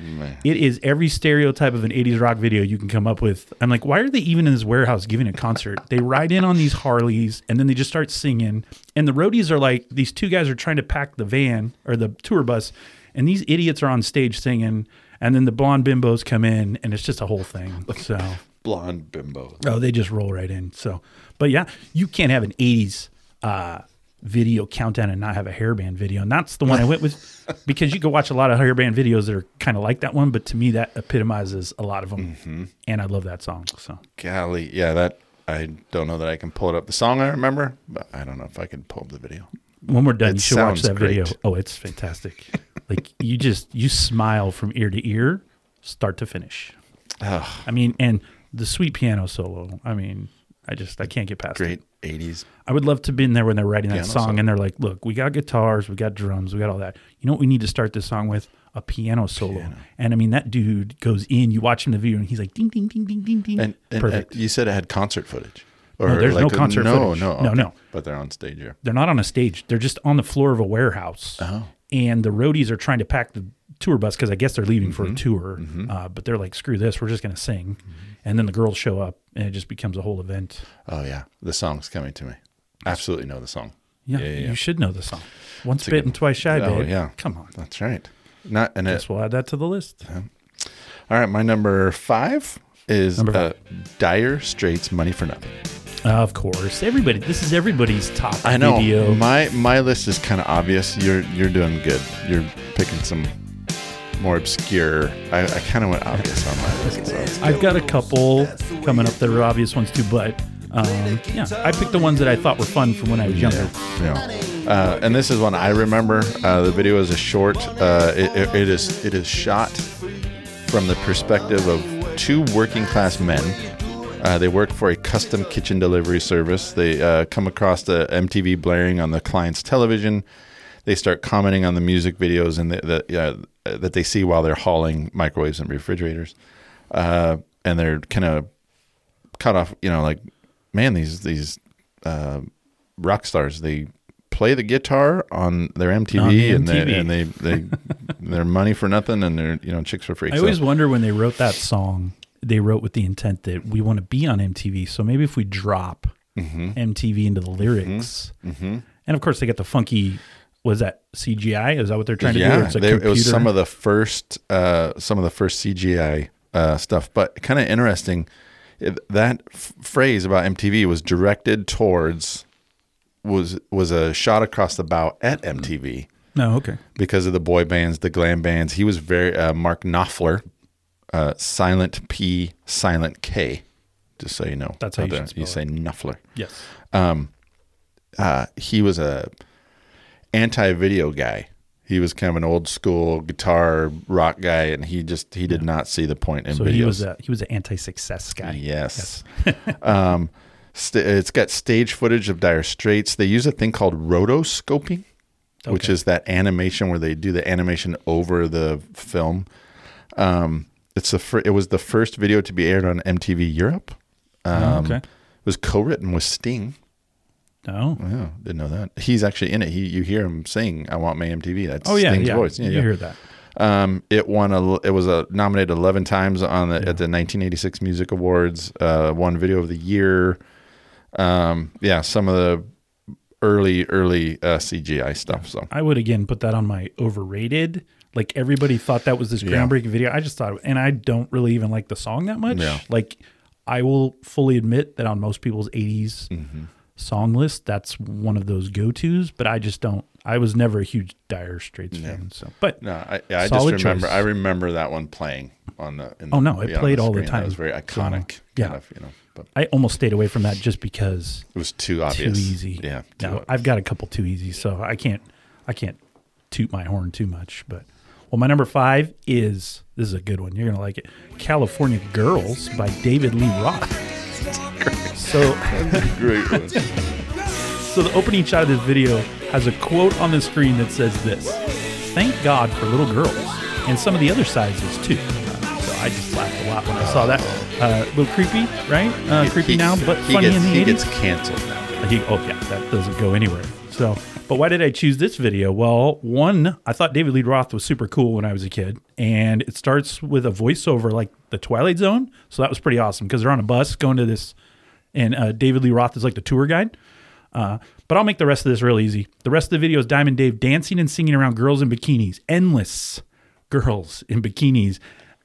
it is every stereotype of an 80s rock video you can come up with. I'm like, why are they even in this warehouse giving a concert? they ride in on these Harleys and then they just start singing. And the roadies are like, these two guys are trying to pack the van or the tour bus, and these idiots are on stage singing. And then the blonde bimbos come in, and it's just a whole thing. So,
Blonde bimbo.
oh, they just roll right in. So, but yeah, you can't have an 80s uh, video countdown and not have a hairband video. And that's the one I went with because you can watch a lot of hairband videos that are kind of like that one. But to me, that epitomizes a lot of them.
Mm-hmm.
And I love that song. So,
Golly, yeah, that I don't know that I can pull it up. The song I remember, but I don't know if I can pull up the video.
when we're done,
It
you should watch that
sounds
video.
great.
Oh, it's fantastic. like you just you smile from ear to ear, start to finish. I mean, and the sweet piano solo. I mean, I just I can't get past it.
Great 80s.
I would love to be in there when they're writing that
Piano
song
solo.
and they're like, look, we got guitars, we got drums, we got all that. You know what we need to start this song with? A piano solo. And I mean, that dude goes in, you watch him in the video, and he's like, ding, ding, ding, ding, ding, ding.
And, and
Perfect.
uh, you said it had concert footage. Or
No, there's no
the-
concert
no,
footage.
No,
No,
okay.
no.
But they're on stage here. Oh.
they're not on a stage. They're just on the floor of a warehouse.
Uh-huh.
And the roadies are trying to pack the tour bus because I guess they're leaving for a tour. Uh, but they're like, screw this, we're just going to sing. And then the girls show up and it just becomes a whole event.
Oh, yeah. The song's coming to me. Absolutely know the song.
Yeah, you should know the song. Once bitten, twice shy,
Oh,
babe.
yeah.
Come on.
That's right. Not and it,
Guess we'll add that to the list.
All right. My number five is
Number five.
Uh, Dire Straits Money for Nothing.
Of course. Everybody, this is everybody's top
I know
video.
my my list is kind of obvious. You're you're doing good. You're picking some more obscure. I, I kind of went obvious on my list. So it's-
I've got a couple coming up that are obvious ones too, but um, yeah, I picked the ones that I thought were fun from when I was younger.
Yeah. Uh, and this is one I remember. Uh, the video is a short. Uh, it, it, it is it is shot from the perspective of two working class men. Uh, they work for a custom kitchen delivery service. They uh, come across the MTV blaring on the client's television. They start commenting on the music videos and the, the, uh, that they see while they're hauling microwaves and refrigerators. Uh, and they're kind of cut off. You know, like man, these these uh, rock stars they play the guitar on their MTV,
On the
and they
MTV.
and they they they're money for nothing and they're you know chicks for free.
I
So-
always wonder when they wrote that song, they wrote with the intent that we want to be on MTV. So maybe if we drop
Mm-hmm.
MTV into the lyrics, and of course they got the funky. Was that CGI? Is that what they're trying to do?
yeah,
It's a
they- it was
computer?
some of the first uh, some of the first CGI uh, stuff, but kind of interesting. It- That f- phrase about MTV was directed towards was was a shot across the bow at MTV
no, Oh, okay.
because of the boy bands, the glam bands. He was very uh, Mark Knopfler, uh, silent P, silent K. Just so you know,
That's how
out
you should
there.
spell
you say Knopfler.
Yes,
uh, he was a anti-video guy. He was kind of an old school guitar rock guy, and he just he did not see the point in
so
videos.
he was a he was an anti-success guy.
yes. um, st- it's got stage footage of Dire Straits. They use a thing called rotoscoping, which
Okay.
is that animation where they do the animation over the film. Um, it's the fir- it was the first video to be aired on MTV Europe. Um,
Oh, okay. Oh.
It was co-written with Sting.
No.
Yeah, didn't know that. He's actually in it. He you hear him sing "I Want My MTV." That's
Oh yeah,
Sting's
yeah.
voice. Yeah,
you
yeah.
hear that?
Um, it won a. It was a, nominated eleven times on the, at the 1986 Music Awards. Uh, won Video of the Year. Um, yeah, some of the early early uh, CGI stuff. So
I would again put that on my overrated. Like everybody thought that was this groundbreaking video. I just thought, and I don't really even like the song that much.
Yeah.
Like, I will fully admit that on most people's '80s
Mm-hmm.
song list, that's one of those go-tos. But I just don't. I was never a huge Dire Straits fan. So, but
no, I, yeah, I just
Solid
remember.
choice.
I remember that one playing on the. In
Oh, no, it
yeah, on
played all the
screen. That
time.
was very iconic.
So, yeah.
kind of, you know, but
I almost stayed away from that just because
it was too obvious.
too easy.
Yeah. too
No,
obvious.
I've got a couple too easy, so I can't I can't toot my horn too much. But well, my number five is this is a good one. You're gonna like it. California Girls by David Lee Roth. so
Great one.
so the opening shot of this video has a quote on the screen that says this Thank God for little girls and some of the other sizes too. Uh, So I just laughed a lot when I saw that. Uh, a little creepy, right? Uh, creepy
He-
now, but
he
funny
gets-
in the
he
80s.
gets canceled now.
He, oh yeah, that doesn't go anywhere. So, but why did I choose this video? Well, one, I thought David Lee Roth was super cool when I was a kid, and it starts with a voiceover like the Twilight Zone, so that was pretty awesome because they're on a bus going to this, and uh, David Lee Roth is like the tour guide. Uh, but I'll make the rest of this real easy. The rest of the video is Diamond Dave dancing and singing around girls in bikinis, endless girls in bikinis.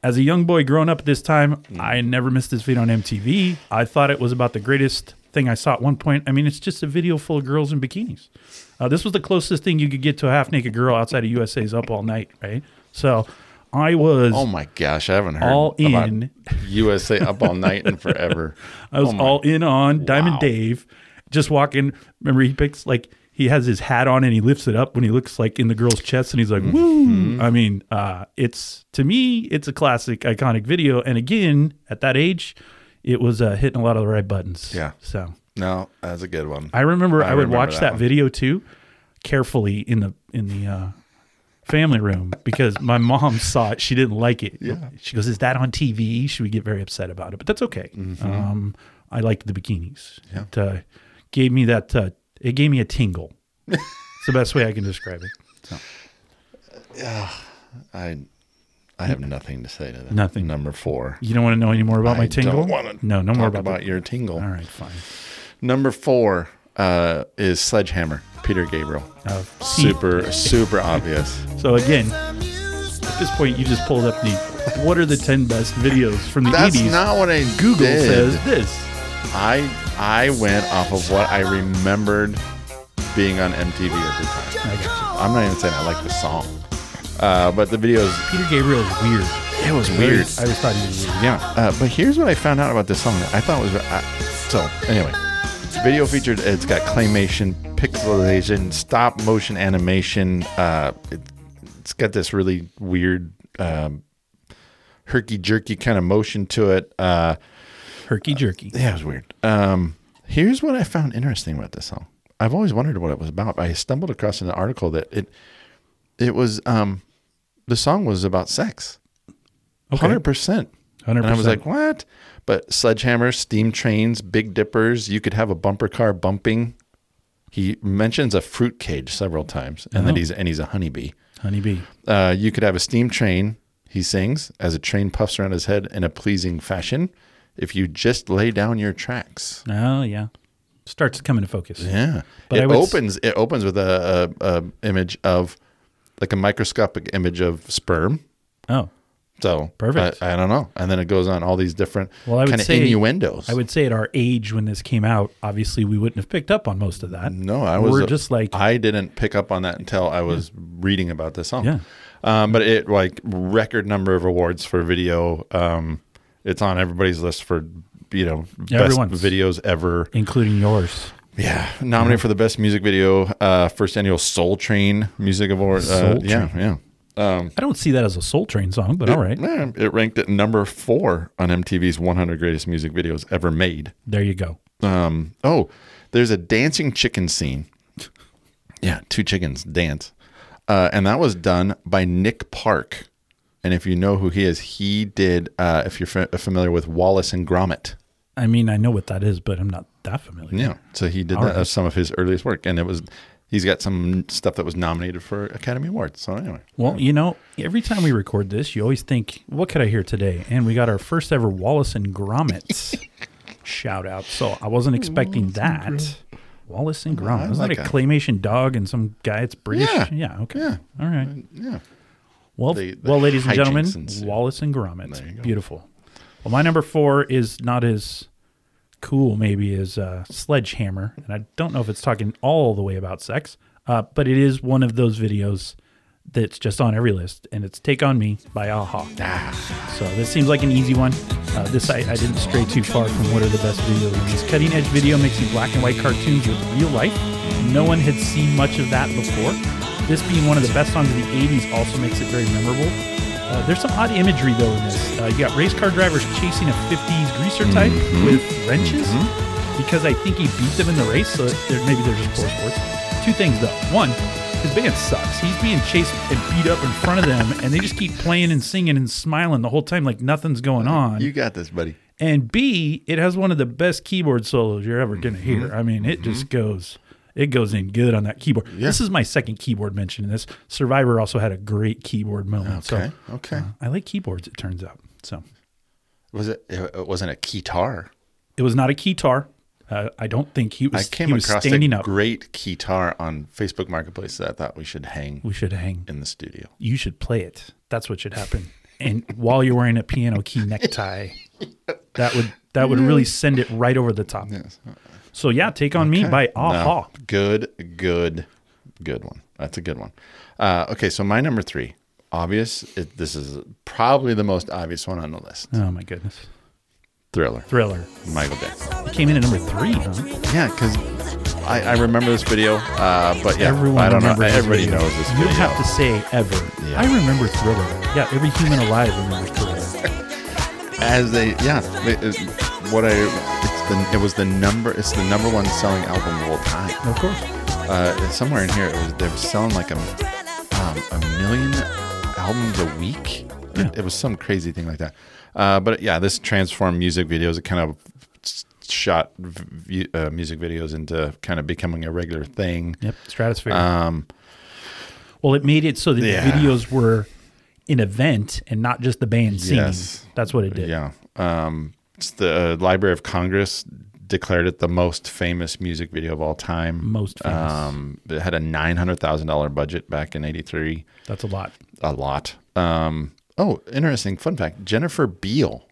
As a young boy growing up at this time, I never missed this video on MTV. I thought it was about the greatest thing I saw at one point. I mean, it's just a video full of girls in bikinis. Uh, this was the closest thing you could get to a half naked girl outside of USA's Up All Night, right? So I was.
Oh my gosh, I haven't heard
All
about
in.
USA up all night and forever.
I was
Oh my-
all in on Diamond
Wow.
Dave, just walking. Remember, he picks like he- he has his hat on and he lifts it up when he looks like in the girl's chest and he's like, woo.
Mm-hmm.
I mean, uh, it's to me, it's a classic, iconic video. And again, at that age, it was uh, hitting a lot of the right buttons.
Yeah.
So
No, that's a good one.
I remember I, would
remember
watch
that
that,
one.
video too carefully in the in the uh, family room because my mom saw it. She didn't like it. Yeah. She goes, "Is that on TV?" She would get very upset about it, but that's okay. Um, I liked the bikinis.
Mm-hmm. Yeah.
It uh, gave me that. Uh, it gave me a tingle. it's the best way I can describe it. So,
I I have nothing to say to that.
Nothing.
Number four.
you don't want to know any more about
I
my tingle?
Don't want to
no, no
talk
more
about,
about, that.
your tingle.
All right, fine.
Number four uh, is Sledgehammer, Peter Gabriel.
Uh,
Super, super obvious.
So again, at this point, you just pulled up the what are the ten best videos from the
That's
80s?
not what I
Google
did.
says this.
I I went off of what I remembered being on MTV at the time.
I got
I'm not even saying I like the song, uh, but the videos.
you. Peter Gabriel is weird.
It was
I always thought he was weird.
Yeah, uh, but here's what I found out about this song that I thought was. Uh, so, anyway, video featured, it's got claymation, pixelization, stop motion animation. Uh, it, it's got this really weird, um, herky jerky kind of motion to it. Uh,
Herky jerky.
yeah, it was weird. Um, here's what I found interesting about this song. I've always wondered what it was about. I stumbled across an article that it it was um, the song was about sex.
Okay.
Hundred percent. And I was
100%.
like, what? But sledgehammer, steam trains, big dippers. You could have a bumper car bumping. He mentions a fruit cage several times, and that
Oh.
he's and he's a honeybee.
Honeybee.
Uh, you could have a steam train, he sings, as a train puffs around his head in a pleasing fashion. If you just lay down your tracks,
Oh yeah. Starts coming to focus.
yeah.
But I
it
would s-
opens. It opens with a, a, a image of like a microscopic image of sperm.
Oh.
So
Perfect.
I, I don't know. And then it goes on all these different
Well, I would
kind of
say
innuendos.
I would say at our age when this came out, obviously we wouldn't have picked up on most of that.
No, I was uh,
We're just like
I didn't pick up on that until I was reading about this song.
Yeah.
Um, but it like record number of awards for video. Um, it's on everybody's list for you know best
Everyone's.
videos ever.
including yours.
Yeah, nominated for the best music video, uh, first annual Soul Train Music Award. uh,
Soul
Yeah,
Train.
yeah.
I don't see that as a Soul Train song, but all right.
Man, it ranked at number four on MTV's 100 Greatest Music Videos Ever Made.
There you go.
Um, oh, there's a dancing chicken scene. Yeah, two chickens dance. Uh, and that was done by Nick Park. And if you know who he is, he did, uh, if you're fa- familiar with Wallace and Gromit.
I mean, I know what that is, but I'm not that familiar.
Yeah. So he did
All
that
right.
as some of his earliest work. And it was, he's got some stuff that was nominated for Academy Awards. So anyway.
Well, you know, every time we record this, you always think, what could I hear today? And we got our first ever Wallace and Gromit shout out. So I wasn't expecting that. Wallace and Gromit.
I
Isn't
like
that
that.
a claymation dog and some guy that's British?
Yeah.
okay.
Yeah.
All right.
Yeah.
Well,
The- the
well, ladies and
hijinks
gentlemen,
ensue.
Wallace and Gromit.
There you go.
Beautiful. Well, my number four is not as cool, maybe, as uh, Sledgehammer, and I don't know if it's talking all the way about sex, uh, but it is one of those videos that's just on every list, and it's "Take on Me" by Aha. So this seems like an easy one. Uh, this I, I didn't stray too far from what are the best videos. This cutting edge video mixing black and white cartoons with real life. No one had seen much of that before. This being one of the best songs of the 80s also makes it very memorable. Uh, there's some odd imagery though in this. Uh, you got race car drivers chasing a 50s greaser type
Mm-hmm.
with wrenches because I think he beat them in the race. So they're, maybe they're just poor sports. Two things though. One, his band sucks. He's being chased and beat up in front of them, and they just keep playing and singing and smiling the whole time like nothing's going on.
You got this, buddy.
and B, it has one of the best keyboard solos you're ever gonna
Mm-hmm.
hear. I mean, it just goes. It goes in good on that keyboard. This is my second keyboard mention in this. Survivor also had a great keyboard moment.
Okay.
So uh-huh.
okay.
I like keyboards, it turns out. So
was it, it, it wasn't a guitar.
it was not a keytar. Uh, I don't think he
I
was,
came
he was
across
standing
a
up.
great guitar on Facebook Marketplace that I thought we should hang
we should hang.
in the studio.
You should play it. That's what should happen. And while you're wearing a piano key necktie, that would that would really send it right over the top. So yeah, take on me by Aha.
No. Good, good, good one. That's a good one. Uh, okay, so my number three, obvious. It, this is probably the most obvious one on the list.
Oh my goodness,
Thriller,
Thriller
Michael Jackson.
it came in at number three. Huh?
Yeah, because I, I remember this video, uh, but yeah,
Everyone
I don't know.
remembers this
Everybody
video.
knows this
You
video.
have to say ever.
Yeah.
I remember Thriller. Yeah, every human alive remembers Thriller.
As they, yeah, it- it- what I, it's the, it was the number, it's the number one selling album of all time.
of course.
Uh, somewhere in here, it was, they were selling like a, um, a million albums a week. It, it was some crazy thing like that. Uh, but yeah, this transformed music videos. It kind of s- shot v- v- uh, music videos into kind of becoming a regular thing.
Yep, Stratosphere.
Um,
well, it made it so that
yeah.
the videos were an event and not just the band singing.
Yes.
That's what it did.
Yeah. Um, it's the Library of Congress declared it the most famous music video of all time.
Most famous.
Um, it had a $900,000 budget back in 83.
That's a lot.
A lot. Um, oh, interesting. Fun fact Jennifer Beal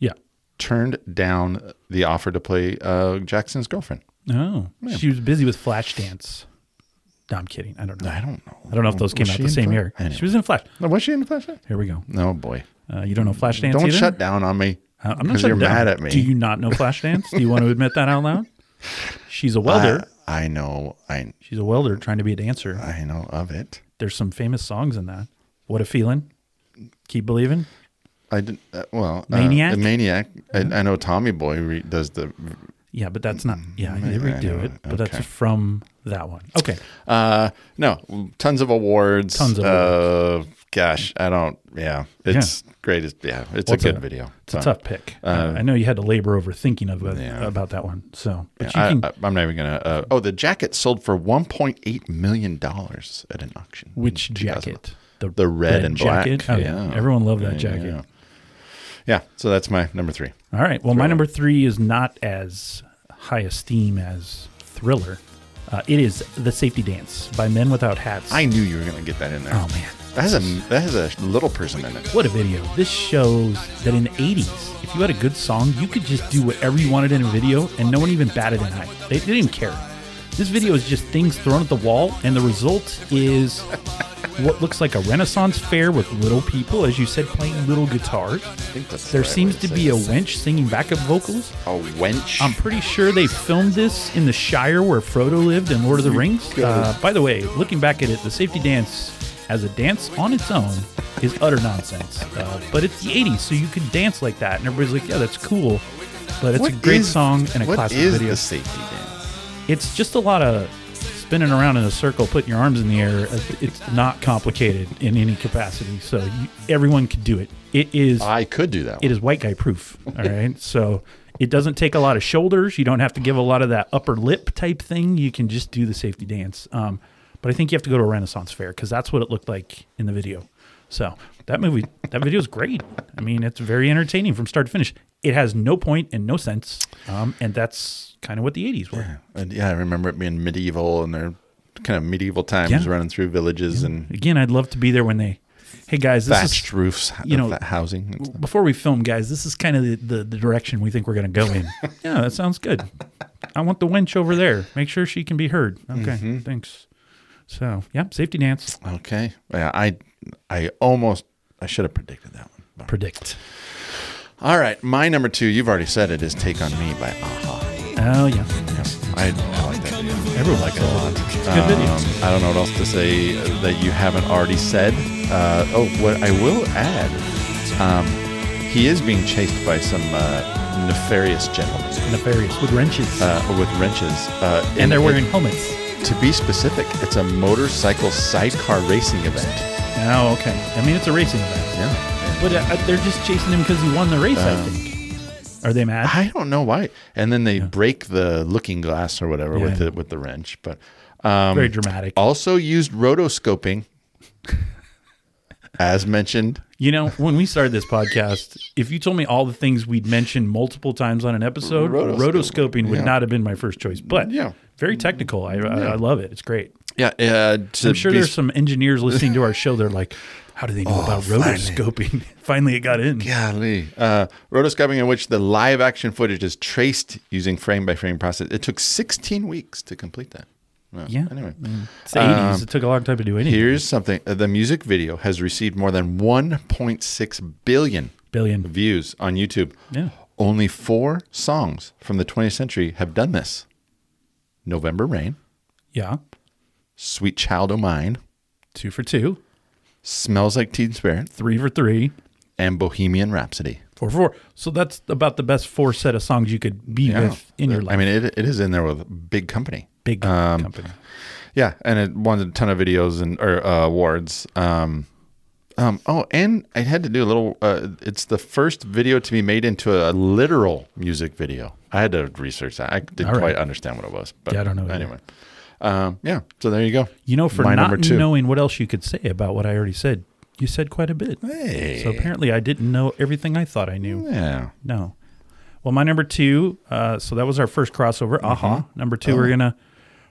Yeah.
turned down the offer to play uh, Jackson's girlfriend.
Oh, she was busy with Flashdance. No, I'm kidding. I don't know.
I don't know.
I don't know if those came
Was
out
she
the
in
same
Flash-
year.
Anyway.
She was in Flash.
No, was she in Flash?
Here we go.
No, boy.
Uh, you don't know Flashdance
Don't
either?
shut down on me.
Uh, I'm not
because
shutting
you're
down.
mad at me.
Do you not know Flashdance? Do you want to admit that out loud? She's a welder.
I, I know. I,
She's a welder trying to be a dancer.
I know of it.
There's some famous songs in that. What a feeling. Keep believing.
I didn't. Uh, well,
Maniac?
Uh, maniac. I, I know Tommy Boy re- does the.
Yeah, but that's not. Yeah, they
Mm, I know
redo it,
it.
but
Okay.
that's from that one. Okay,
Uh, no, tons of awards.
Tons of
uh, Gosh, I don't. Yeah, it's great. It's, yeah, it's
Well,
a good video.
It's a
Fun.
tough pick. Uh, I know you had to labor over thinking of it,
Yeah.
about that one. So, but
I,
you can,
am not even gonna. Uh, oh, the jacket sold for 1.8 million dollars at an auction. in
which
2000.
jacket?
mm, The red and black.
Oh, yeah.
Yeah.
everyone loved that
Yeah,
jacket.
yeah. Yeah, so that's my number three.
All right. Well, my number three is not as high esteem as Thriller. Uh, it is The Safety Dance by Men Without Hats.
I knew you were gonna get that in there.
Oh, man.
that has a that has a little person in it.
What a video. This shows that in the 80s, if you had a good song, you could just do whatever you wanted in a video and no one even batted an eye. They, they didn't even care. This video is just things thrown at the wall, and the result is what looks like a Renaissance fair with little people, as you said, playing little guitars.
think that's the
There
right way
seems
to
to
say
be a
this.
wench Um, singing backup vocals.
A wench.
I'm pretty sure they filmed this in the Shire where Frodo lived in Lord of the Rings. Uh, by the way, looking back at it, the safety dance as a dance on its own is utter nonsense. Uh, but it's the 80s, so you could dance like that. And everybody's like, yeah, that's cool. But it's
What
a great
is-
song and a classic
What is
video.
the safety dance?
It's just a lot of spinning around in a circle, putting your arms in the air. It's not complicated in any capacity. So you, everyone could do it. It is
I could do that.
it
one.
is white guy proof. All right. so it doesn't take a lot of shoulders. You don't have to give a lot of that upper lip type thing. You can just do the safety dance. Um, but I think you have to go to a Renaissance fair because that's what it looked like in the video. So that movie, that video is great. I mean, it's very entertaining from start to finish. It has no point and no sense. Um, and that's kind of what the 80s were.
And yeah, I remember it being medieval and they're kind of medieval times
Yeah.
running through villages and
Again, I'd love to be there when they, hey guys, this is
thatched roofs,
you
you
know,
know, housing. and stuff.
before we film, guys, this is kind of the, the, the direction we think we're going to go in. yeah, that sounds good. I want the wench over there. Make sure she can be heard. Okay,
Mm-hmm.
thanks. So, yeah, safety dance.
Okay. Yeah, I I almost I should have predicted that one.
Predict.
All right, my number two, you've already said it, is "Take on Me" by Aha.
Oh, yeah.
I, I like that video.
Everyone likes it a lot. It's a good video.
Um, I don't know what else to say uh, that you haven't already said. Uh, oh, what I will add, um, he is being chased by some uh, nefarious gentlemen
Nefarious with wrenches.
uh, with wrenches, uh,
and they're
it-
wearing helmets.
To be specific, it's a motorcycle sidecar racing event.
Oh, okay. I mean, it's a racing event.
Yeah. Uh,
But uh, uh, they're just chasing him because he won the race, I think. Are they mad?
I don't know why. And then they break the looking glass or whatever
Yeah,
with
yeah.
the with the wrench. But um,
Very dramatic.
also used rotoscoping, as mentioned.
You know, when we started this podcast, if you told me all the things we'd mentioned multiple times on an episode,
Rotoscope.
rotoscoping would
Yeah.
not have been my first choice. But
Yeah.
very technical. I, I, I love it. It's great.
Yeah. Uh, to
I'm sure
be
there's some engineers listening to our show. They're like, how do they
Oh,
know about rotoscoping? Finally. it got in.
Golly. Uh, rotoscoping in which the live action footage is traced using frame by frame process. It took 16 weeks to complete that. Well,
Yeah.
Anyway, Um,
It's the 80s. It took a long time to do anything.
here's something. Uh, The music video has received more than 1.6 billion
Billion.
views on YouTube.
Yeah.
Only four songs from the 20th century have done this November Rain,
Yeah.
Sweet Child O' Mine,
Two for two.
Smells Like Teen Spirit,
Three for three.
and Bohemian Rhapsody.
Four for four. So that's about the best four set of songs you could be with in your life.
I mean, um, it, it is in there with big company.
big company.
Yeah, and it won a ton of videos and or uh, awards. Um, um, oh, and I had to do a little. Uh, it's the first video to be made into a literal music video. I had to research that. I didn't
All right.
quite understand what it was, but
Yeah, I don't know either.
Anyway, um, yeah. So there you go.
You know, for
My
not knowing what else you could say about what I already said, you said quite a bit.
Hey.
So apparently, I didn't know everything I thought I knew.
Yeah.
No. Well, my number two. Uh, so that was our first
Mm-hmm.
crossover. Aha. Uh-huh. Number two, we're gonna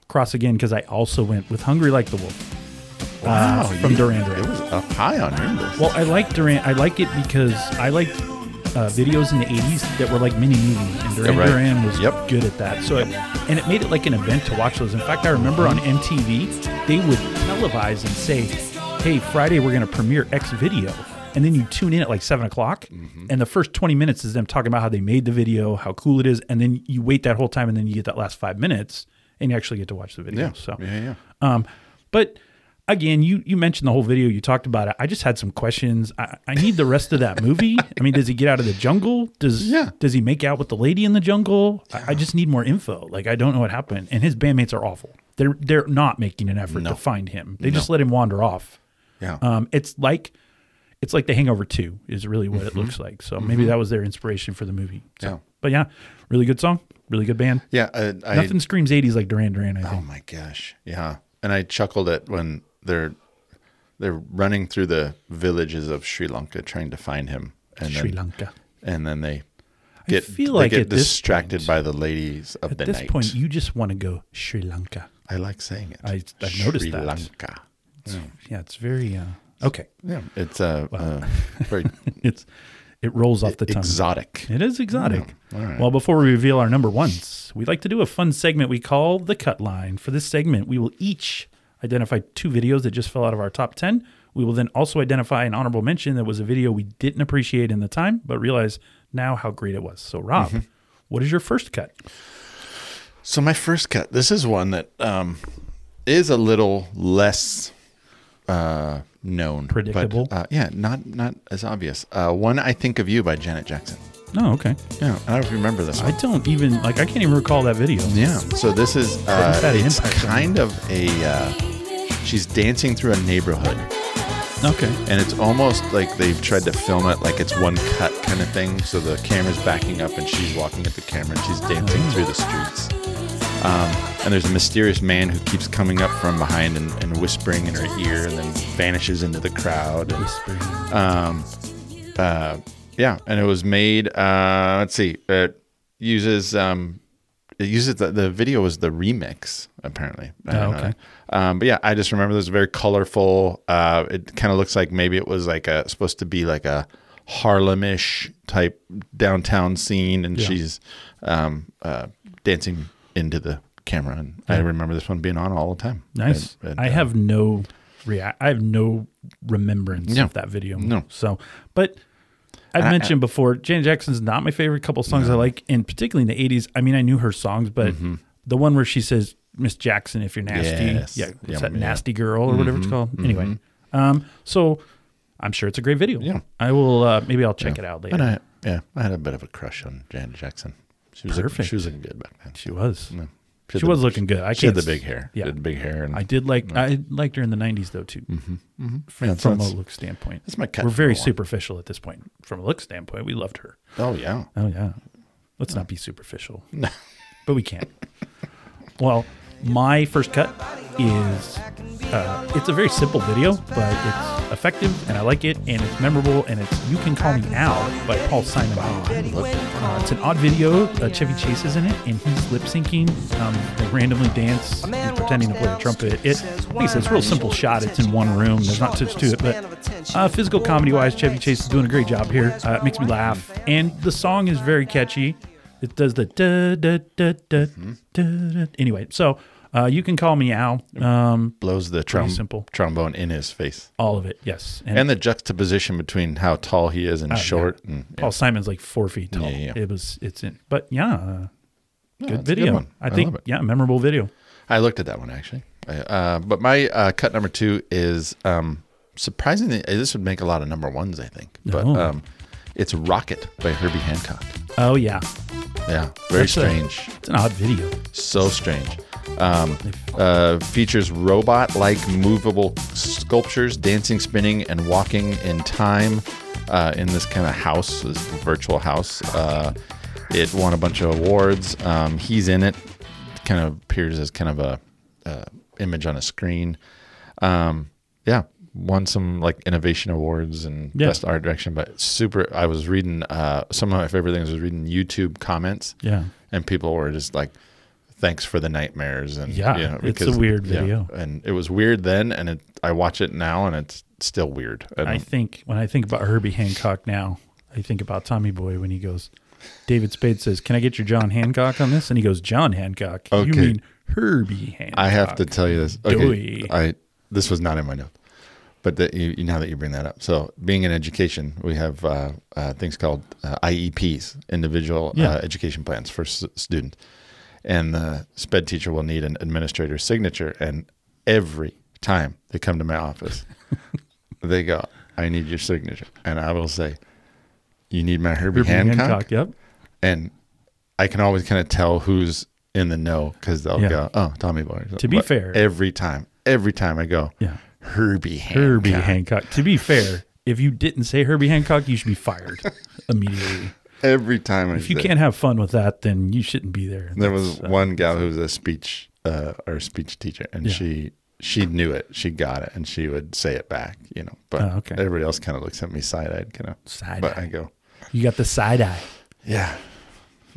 cross again because I also went with "Hungry Like the Wolf" uh,
Wow,
from
you-
Duran
It
Duran.
was up high on your list.
Well, I like Duran. I like it because I liked uh, videos in the '80s that were like mini movies, and Duran
Yeah, right.
Duran was
Yep.
good at that. So, it, and it made it like an event to watch those. In fact, I remember on MTV they would televise and say, "Hey, Friday we're going to premiere X video." And then you tune in at like seven o'clock,
Mm-hmm.
and the first 20 minutes is them talking about how they made the video, how cool it is. And then you wait that whole time, and then you get that last five minutes, and you actually get to watch the video.
yeah.
So,
yeah, yeah.
um, but again, you you mentioned the whole video. You talked about it. I just had some questions. I, I need the rest of that movie. I mean, does he get out of the jungle? Does
Yeah.
Does he make out with the lady in the jungle? I, I just need more info. Like I don't know what happened. And his bandmates are awful. They're they're not making an effort to find him. They just let him wander off.
Yeah.
Um, it's like it's like The Hangover Two is really what it looks like. So maybe that was their inspiration for the movie. So,
Mm-hmm. Yeah.
But yeah, really good song, really good band.
Yeah. I, I,
Nothing screams '80s like Duran Duran. I think.
Oh my gosh. Yeah. And I chuckled at when they're they're running through the villages of Sri Lanka trying to find him. And
Sri
then,
Lanka.
And then they get
feel
they
like
get
at this
distracted
point-
by the ladies of
At
the
this
night.
point, you just want to go Sri Lanka.
I like saying it.
I- I've noticed
Sri
that.
Lanka.
Yeah, it's very uh,
Oh.
okay.
Yeah. It's uh, uh very
It's it rolls off the tongue.
exotic.
It is exotic.
all right.
Well, before we reveal our number ones, we'd like to do a fun segment we call the cut line. For this segment, we will each identify two videos that just fell out of our top 10. We will then also identify an honorable mention that was a video we didn't appreciate in the time, but realize now how great it was. So, Rob,
Mm-hmm.
what is your first cut?
So my first cut. This is one that um, is a little less uh, known, but,
Predictable.
uh, yeah, not not as obvious. Uh, one I think of you by Janet Jackson.
No, Oh, okay.
Yeah, I don't remember this
I
one.
don't even, like, I can't even recall that video.
Yeah. So this is uh,
had an
it's
impact on
kind of a uh, she's dancing through a neighborhood,
Okay.
and it's almost like they've tried to film it like it's one cut kind of thing. So the camera's backing up, and she's walking at the camera, and she's dancing through the streets. Um, and there's a mysterious man who keeps coming up from behind and, and whispering in her ear, and then vanishes into the crowd. And Yeah, and it was made. Uh, let's see. It uses um, it uses the, the video was the remix apparently. I don't
Oh,
know
okay.
that. Um, but yeah, I just remember this very colorful. Uh, it kind of looks like maybe it was like a supposed to be like a Harlemish type downtown scene, and
Yeah.
she's um, uh, dancing into the camera. And I remember this one being on all the time.
Nice.
And- and,
I
uh,
have no react. I have no remembrance
No.
of that video.
No.
So, but I've
I- uh,
mentioned before, Janet Jackson's not my favorite. Couple songs I like, and particularly in the '80s. I mean, I knew her songs, but
Mm-hmm.
the one where she says "Miss Jackson, if you're nasty,"
Yes.
yeah, what's
Yeah, Mm-hmm.
that
yeah.
nasty girl or whatever it's called. Anyway, um, so I'm sure it's a great video.
Yeah.
I will. Uh, maybe I'll check it out later.
And I, yeah, I had a bit of a crush on Janet Jackson. She was Looking,
Perfect.
she was looking good back then.
she was.
Yeah.
She,
had the-
was looking good. I
she had
can't
the
s-
big hair.
Yeah.
Yeah, the big hair. And Mm-hmm.
I did like I liked her in the '90s though too, From,
Yeah, so
from a
that's-
look standpoint.
that's my cut
We're
for
very
that one.
superficial at this point. From a look standpoint, we loved her.
oh yeah,
Oh yeah, let's not be superficial. but we can't. well, my first cut is uh, it's a very simple video, but it's effective and I like it and it's memorable and it's "You Can Call Me Al" by Paul Simon. Uh, it's an odd video. Uh, Chevy Chase is in it, and he's lip syncing. Um, they randomly dance. He's pretending to play the trumpet. It, like I said, it's a real simple shot. It's in one room. There's not much to it, but uh, physical comedy wise, Chevy Chase is doing a great job here. Uh, it makes me laugh, and the song is very catchy. It does the da da da da da. da. Anyway, so uh, you can call me Al. Um,
blows the trom-
simple.
trombone in his face,
all of it, yes.
and the juxtaposition between how tall
Oh,
he is and short. And, yeah.
Paul Simon's like four feet tall.
Yeah, yeah.
It was it's in, but yeah, uh, good
that's a good
video.
one.
I
I
think
love it.
yeah, memorable video.
I looked at that one actually. I- Uh, but my uh, cut number two is um, surprisingly, uh, this would make a lot of number ones, I think. But
Oh.
um, it's Rocket by Herbie Hancock.
Oh yeah,
Yeah, very
That's a-
strange.
it's an odd video.
so strange. Um, uh, features robot like movable sculptures, dancing, spinning, and walking in time uh, in this kind of house, this virtual house. Uh, it won a bunch of awards. Um, he's in it, kind of appears as kind of a uh, image on a screen. Um, yeah, won some like innovation awards and
Yeah.
best art direction, but super. I was reading uh, some of my favorite things was reading YouTube comments
Yeah.
and people were just like thanks for the nightmares and
Yeah,
you know,
it's a weird
yeah.
video.
and it was weird then and it, i watch it now and it's still weird and
I think when I think about Herbie Hancock now, I think about Tommy Boy when he goes. David Spade says, "Can I get your John Hancock on this?" And he goes, "John Hancock? You
Okay.
mean Herbie Hancock?"
i have to tell you this okay
Doy.
i this was not in my note but that you, you now that you bring that up so being in education we have uh, uh, things called uh, ieps individual
Yeah.
uh, education plans for s- students and the sped teacher will need an administrator's signature and every time they come to my office they go, I need your signature. And I will say, You need my Herbie,
Herbie
Hancock?
Hancock. Yep.
And I can always kind of tell who's in the know because they'll
Yeah.
go, Oh, Tommy Boy.
To be fair-
every time, every time I go,
Yeah.
Herbie Hancock.
Herbie Hancock. To be fair, if you didn't say Herbie Hancock, you should be fired immediately.
Every time I
If you can't have fun with that, then you shouldn't be there.
There was
That's, uh,
one gal who was a speech uh, or speech teacher, and
Yeah.
she she knew it, she got it, and she would say it back, you know. But
Oh, okay.
everybody else kind of looks at me side eyed, kind of. But
Side-eyed.
I go,
you got the side eye.
yeah,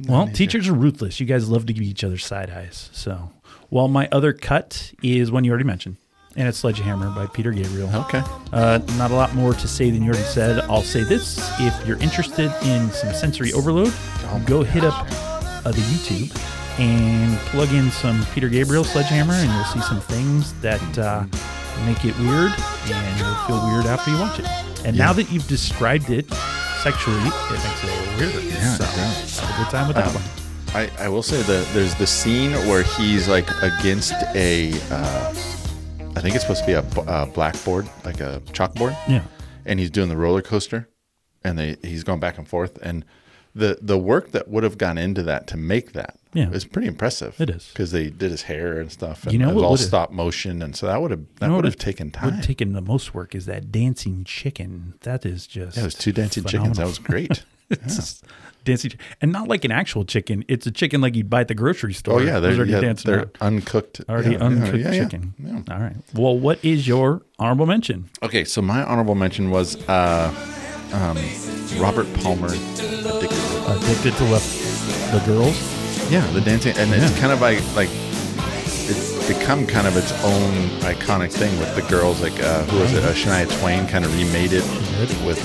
Well, teachers are ruthless. You guys love to give each other side eyes. So, while my other cut is one you already mentioned, and it's Sledgehammer by Peter Gabriel.
okay,
Uh, not a lot more to say than you already said. I'll say this if you're interested in some sensory overload,
Oh
go hit up uh, the YouTube and plug in some Peter Gabriel Sledgehammer, and you'll see some things that uh, make it weird, and you'll feel weird after you watch it. And now that you've described it sexually, it makes it a little weirder.
Yeah, it
so,
does.
have a good time with that one.
I, I will say that there's the scene where he's like against a, uh, I think it's supposed to be a, b- a blackboard, like a chalkboard.
Yeah.
And he's doing the roller coaster, and they, he's going back and forth, and the the work that would have gone into that to make that
Yeah.
is pretty impressive.
It is.
because they did his hair and stuff, and
You know
it was
what
all
would've-
stop motion, and so that would have that
You know what
would have taken
Would
time.
have taken the most work is that dancing chicken. That is just.
yeah, it was two dancing chickens. That
phenomenal.
was great.
It's just dancing, and not like an actual chicken. It's a chicken like you'd buy at the grocery store.
Oh yeah,
It was
they're,
already
yeah,
dancing.
they're
around.
uncooked,
already
yeah, yeah,
uncooked
yeah, yeah,
chicken.
yeah.
All right. Well, what is your honorable mention?
Okay, so my honorable mention was uh, um, Robert Palmer. Addicted.
Addicted to left the girls.
Yeah, the dancing, and
Yeah.
it's kind of like like it's become kind of its own iconic thing with the girls. Like uh, who was it? Uh, Shania Twain kind of remade it
did.
with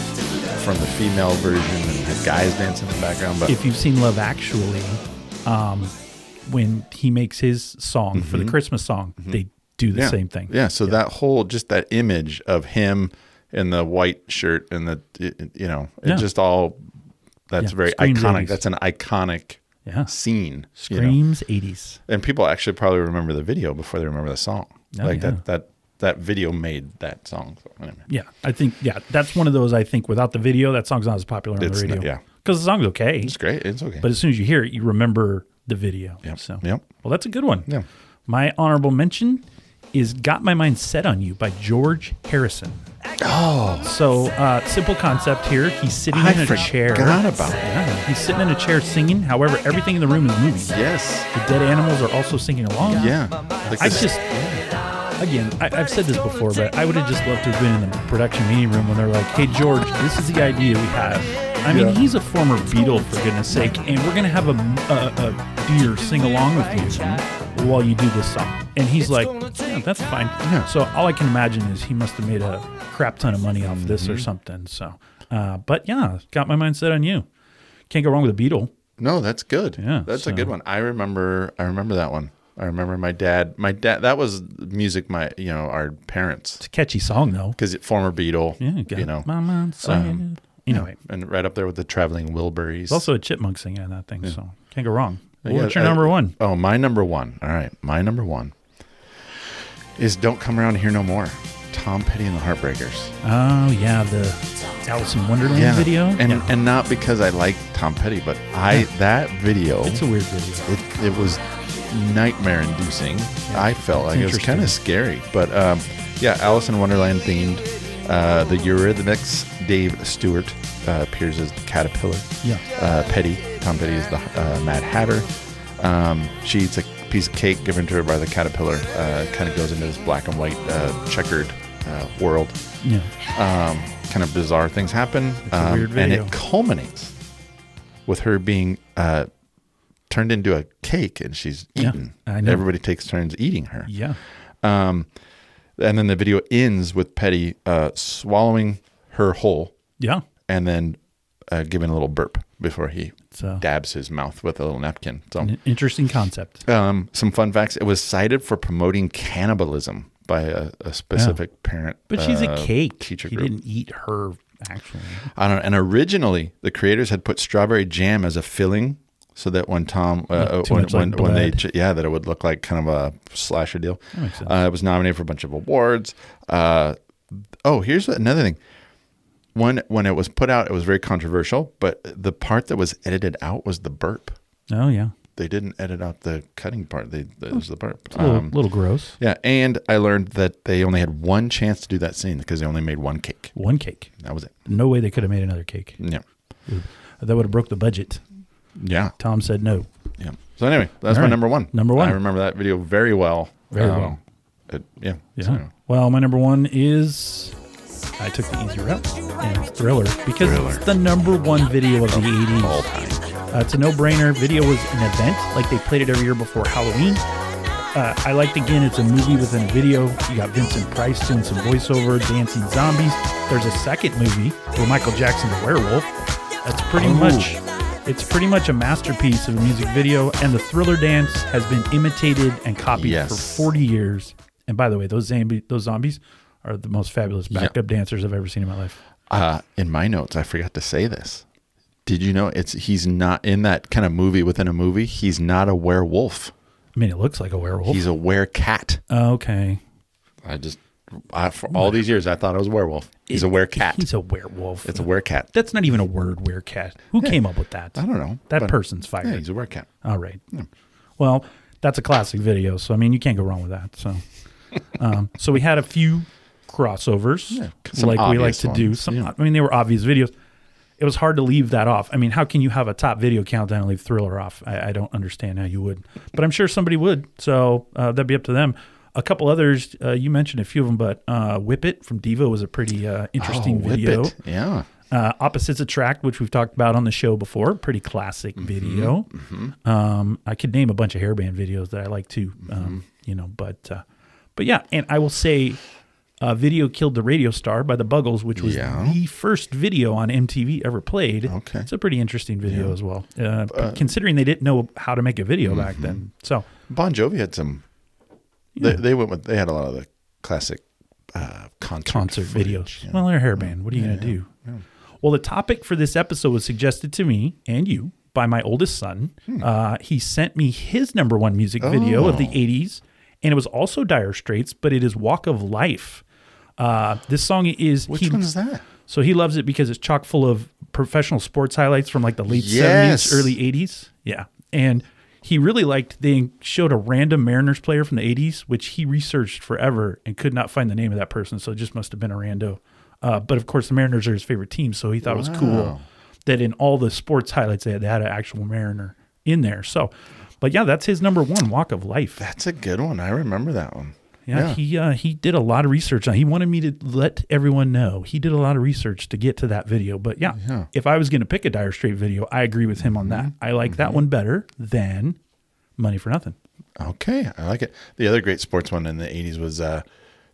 from the female version and had guys dancing in the background. But
If you've seen Love Actually, um, when he makes his song for the Christmas song, they do the
Mm-hmm. yeah,
same thing.
Yeah, so that whole just that image of him in the white shirt and the it- it- you know it
Yeah.
just all that's
Yeah,
very
screams
iconic.
80s.
That's an iconic
Yeah.
scene. you know.
Screams '80s.
and people actually probably remember the video before they remember the song.
Oh,
like
yeah.
that that that video made that song. So, anyway.
Yeah, I think yeah, that's one of those. I think without the video, that song's not as popular on
It's
the
not-
radio.
yeah.
because the song's okay.
It's great. It's okay.
But as soon as you hear it, you remember the video.
Yep.
So,
Yep.
well, that's a good one.
Yeah.
My honorable mention is Got My Mind Set on You by George Harrison. Oh. So, uh, simple concept here. He's sitting
I
in a
forgot
chair.
about it.
Yeah, he's sitting in a chair singing. However, everything in the room is moving.
Yes.
The dead animals are also singing along.
Yeah. Like
I
this-
just, again, I, I've said this before, but I would have just loved to have been in the production meeting room when they're like, hey, George, this is the idea we have. I mean,
Yeah.
he's a former Beatle, for goodness sake, and we're going to have a, a, a deer sing along with you while you do this song. And he's like, yeah, that's fine.
Yeah.
So all I can imagine is he must have made a crap ton of money off this
Mm-hmm.
or something. So, uh, but yeah, got my mind set on you. Can't go wrong with a Beatle.
No, that's good.
Yeah,
That's a
so-
good one. I remember I remember that one. I remember my dad. My dad that was music my you know, our parents
It's a catchy song, though.
cuz former Beatle,
Yeah, got
you know.
my mind set.
um,
anyway.
And right up there with the traveling Wilburys.
There's also a chipmunk singing in that thing, so can't go wrong. Well, what's your
Yeah, I-
number one?
Oh, my number one. All right, my number one is "Don't Come Around Here No More." Tom Petty and the Heartbreakers.
Oh yeah, the Alice in Wonderland video.
and
Yeah.
and not because I like Tom Petty, but I that video
it's a weird video.
it, it was nightmare inducing. I felt like it was
interesting.
kind of scary, but um, yeah, Alice in Wonderland themed. Uh, the Eurythmics, Dave Stewart uh, appears as the caterpillar.
Yeah.
Uh, Petty, Tom Petty is the uh, Mad Hatter. Um, she eats a piece of cake given to her by the caterpillar. Uh, kind of goes into this black and white uh, checkered uh, world.
Yeah.
Um, kind of bizarre things happen.
a
um,
weird
and
video.
it culminates with her being uh, turned into a cake and she's
Yeah,
eaten.
I know.
Everybody takes turns eating her.
Yeah.
Um, and then the video ends with Petty uh, swallowing her whole
Yeah.
and then uh, giving a little burp before he
So-
dabs his mouth with a little napkin. So,
An interesting concept.
um, some fun facts. It was cited for promoting cannibalism by a, a specific parent.
But she's a
uh,
cake.
Teacher
he
group.
didn't eat her actually.
I don't. And originally, the creators had put strawberry jam as a filling, so that when Tom, uh,
too
when,
much
when,
like
when they,
blood.
ch- yeah, that it would look like kind of a slasher deal.
makes sense.
Uh, it was nominated for a bunch of awards. Uh, oh, here's another thing. When when it was put out, it was very controversial. But the part that was edited out was the burp.
Oh yeah.
They didn't edit out the cutting part. They it was the burp.
A little,
Um,
little gross.
yeah, and I learned that they only had one chance to do that scene because they only made one cake.
One cake.
That was it.
No way they could have made another cake.
Yeah.
That would have broke the budget.
Yeah.
Tom said no.
Yeah. So anyway, that's
All
my
right.
number one.
Number one.
I remember that video very well. Um,
Very well.
it- yeah.
Yeah.
So anyway.
Well, my number one is I took the easy route and it's Thriller because
Thriller.
it's the number one video of the 80s. Uh, it's a no brainer. Video was an event, like they played it every year before Halloween. Uh, I liked again, it's a movie within a video. You got Vincent Price doing some voiceover, dancing zombies. There's a second movie where Michael Jackson, the werewolf. That's pretty much. It's pretty much a masterpiece of a music video, and the thriller dance has been imitated and copied
Yes.
for 40 years. And by the way, those zombie, those zombies are the most fabulous backup dancers I've ever seen in my life.
Uh, in my notes, I forgot to say this. Did you know it's he's not in that kind of movie within a movie? He's not a werewolf.
I mean, it looks like a werewolf. Uh,
He's a wercat.
okay,
I just I, for all these years I thought I was a werewolf. He's a wercat.
He's a werewolf.
it's a wercat.
That's not even a word, werecat. Who came up with that?
I don't know.
That
but-
person's fired.
Yeah, he's a wercat.
All right. Well, that's a classic video, so I mean, you can't go wrong with that. So, um, so we had a few crossovers,
some
like we like
obvious
to do.
ones,
Some,
yeah.
I mean, they were obvious videos. It was hard to leave that off. I mean, how can you have a top video countdown and leave Thriller off? I, I don't understand how you would, but I'm sure somebody would. So uh, that'd be up to them. A couple others, uh, you mentioned a few of them, but uh, Whip It from Devo was a pretty uh, interesting
Oh, whip
video
it. Yeah.
uh, opposites attract which we've talked about on the show before pretty classic
Mm-hmm.
video um, i could name a bunch of hairband videos that i like too
Mm-hmm.
um, you know but uh, but yeah and i will say uh, video killed the radio star by the buggles which was
Yeah.
the first video on mtv ever played
Okay.
it's a pretty interesting video as well uh, considering they didn't know how to make a video
mm-hmm.
back then so
Bon Jovi had some. They, they went with. They had a lot of the classic uh, concert
concert
footage,
videos.
yeah.
Well, they're hairband. What are you going to do? Well, the topic for this episode was suggested to me and you by my oldest son.
Hmm.
Uh, he sent me his number one music video
Oh.
of the 80s, and it was also Dire Straits, but it is Walk of Life. Uh, this song is
Which
he,
one is that?
So he loves it because it's chock full of professional sports highlights from like the late
Yes.
70s, early 80s. Yeah. And he really liked they showed a random Mariners player from the 80s, which he researched forever and could not find the name of that person. So it just must have been a rando. Uh, but of course, the Mariners are his favorite team. So he thought it was cool
Wow.
that in all the sports highlights, they had, they had an actual Mariner in there. So, but yeah, that's his number one walk of life.
That's a good one. I remember that one.
Yeah, he uh, he did a lot of research. on. He wanted me to let everyone know he did a lot of research to get to that video. But yeah, Mm-hmm. if I was going to pick a Dire Straight video, I agree with him on that. I like that one better than Money for Nothing.
okay, I like it. The other great sports one in the '80s was uh,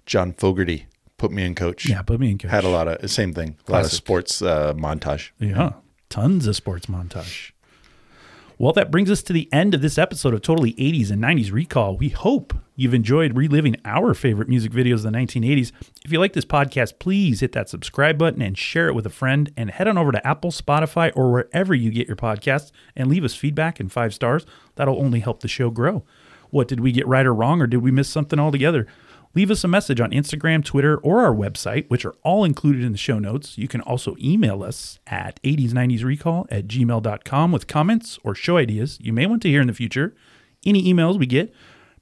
John Fogerty. Put me in, coach.
Yeah, put me in coach.
Had a lot of same thing. A lot of
Classic.
sports uh, montage.
Yeah, tons of sports montage. Well, that brings us to the end of this episode of Totally 80s and 90s Recall. We hope you've enjoyed reliving our favorite music videos of the 1980s. If you like this podcast, please hit that subscribe button and share it with a friend. And head on over to Apple, Spotify, or wherever you get your podcasts and leave us feedback and five stars. That'll only help the show grow. What did we get right or wrong, or did we miss something altogether? Leave us a message on Instagram, Twitter, or our website, which are all included in the show notes. You can also email us at 80s90srecall at gmail.com with comments or show ideas you may want to hear in the future. Any emails we get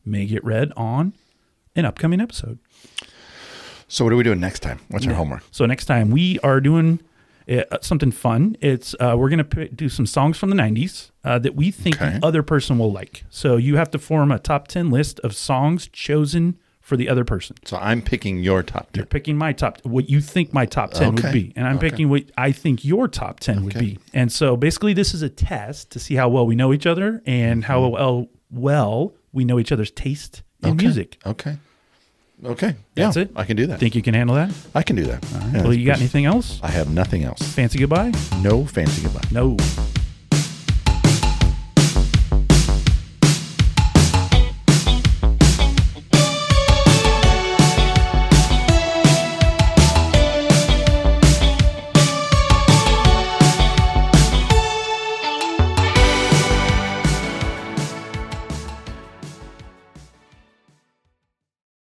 may get read on an upcoming episode.
So what are we doing next time? What's our homework?
So next time we are doing uh, something fun. It's uh, we're gonna p- do some songs from the '90s uh, that we think
Okay.
the other person will like. So you have to form a top ten list of songs chosen for the other person.
So I'm picking your top
You're
tip.
picking my top, what you think my top 10 would
Okay.
be. And I'm picking what I think your top 10 would be. And so basically, this is a test to see how well we know each other and how well, well we know each other's taste in music.
Mm-hmm. Okay. Okay.
That's
yeah,
it.
I can do that.
Think you can handle that?
I can do that. Yeah,
well, you got
that's-
anything else?
I have nothing else.
Fancy goodbye?
No fancy goodbye.
No.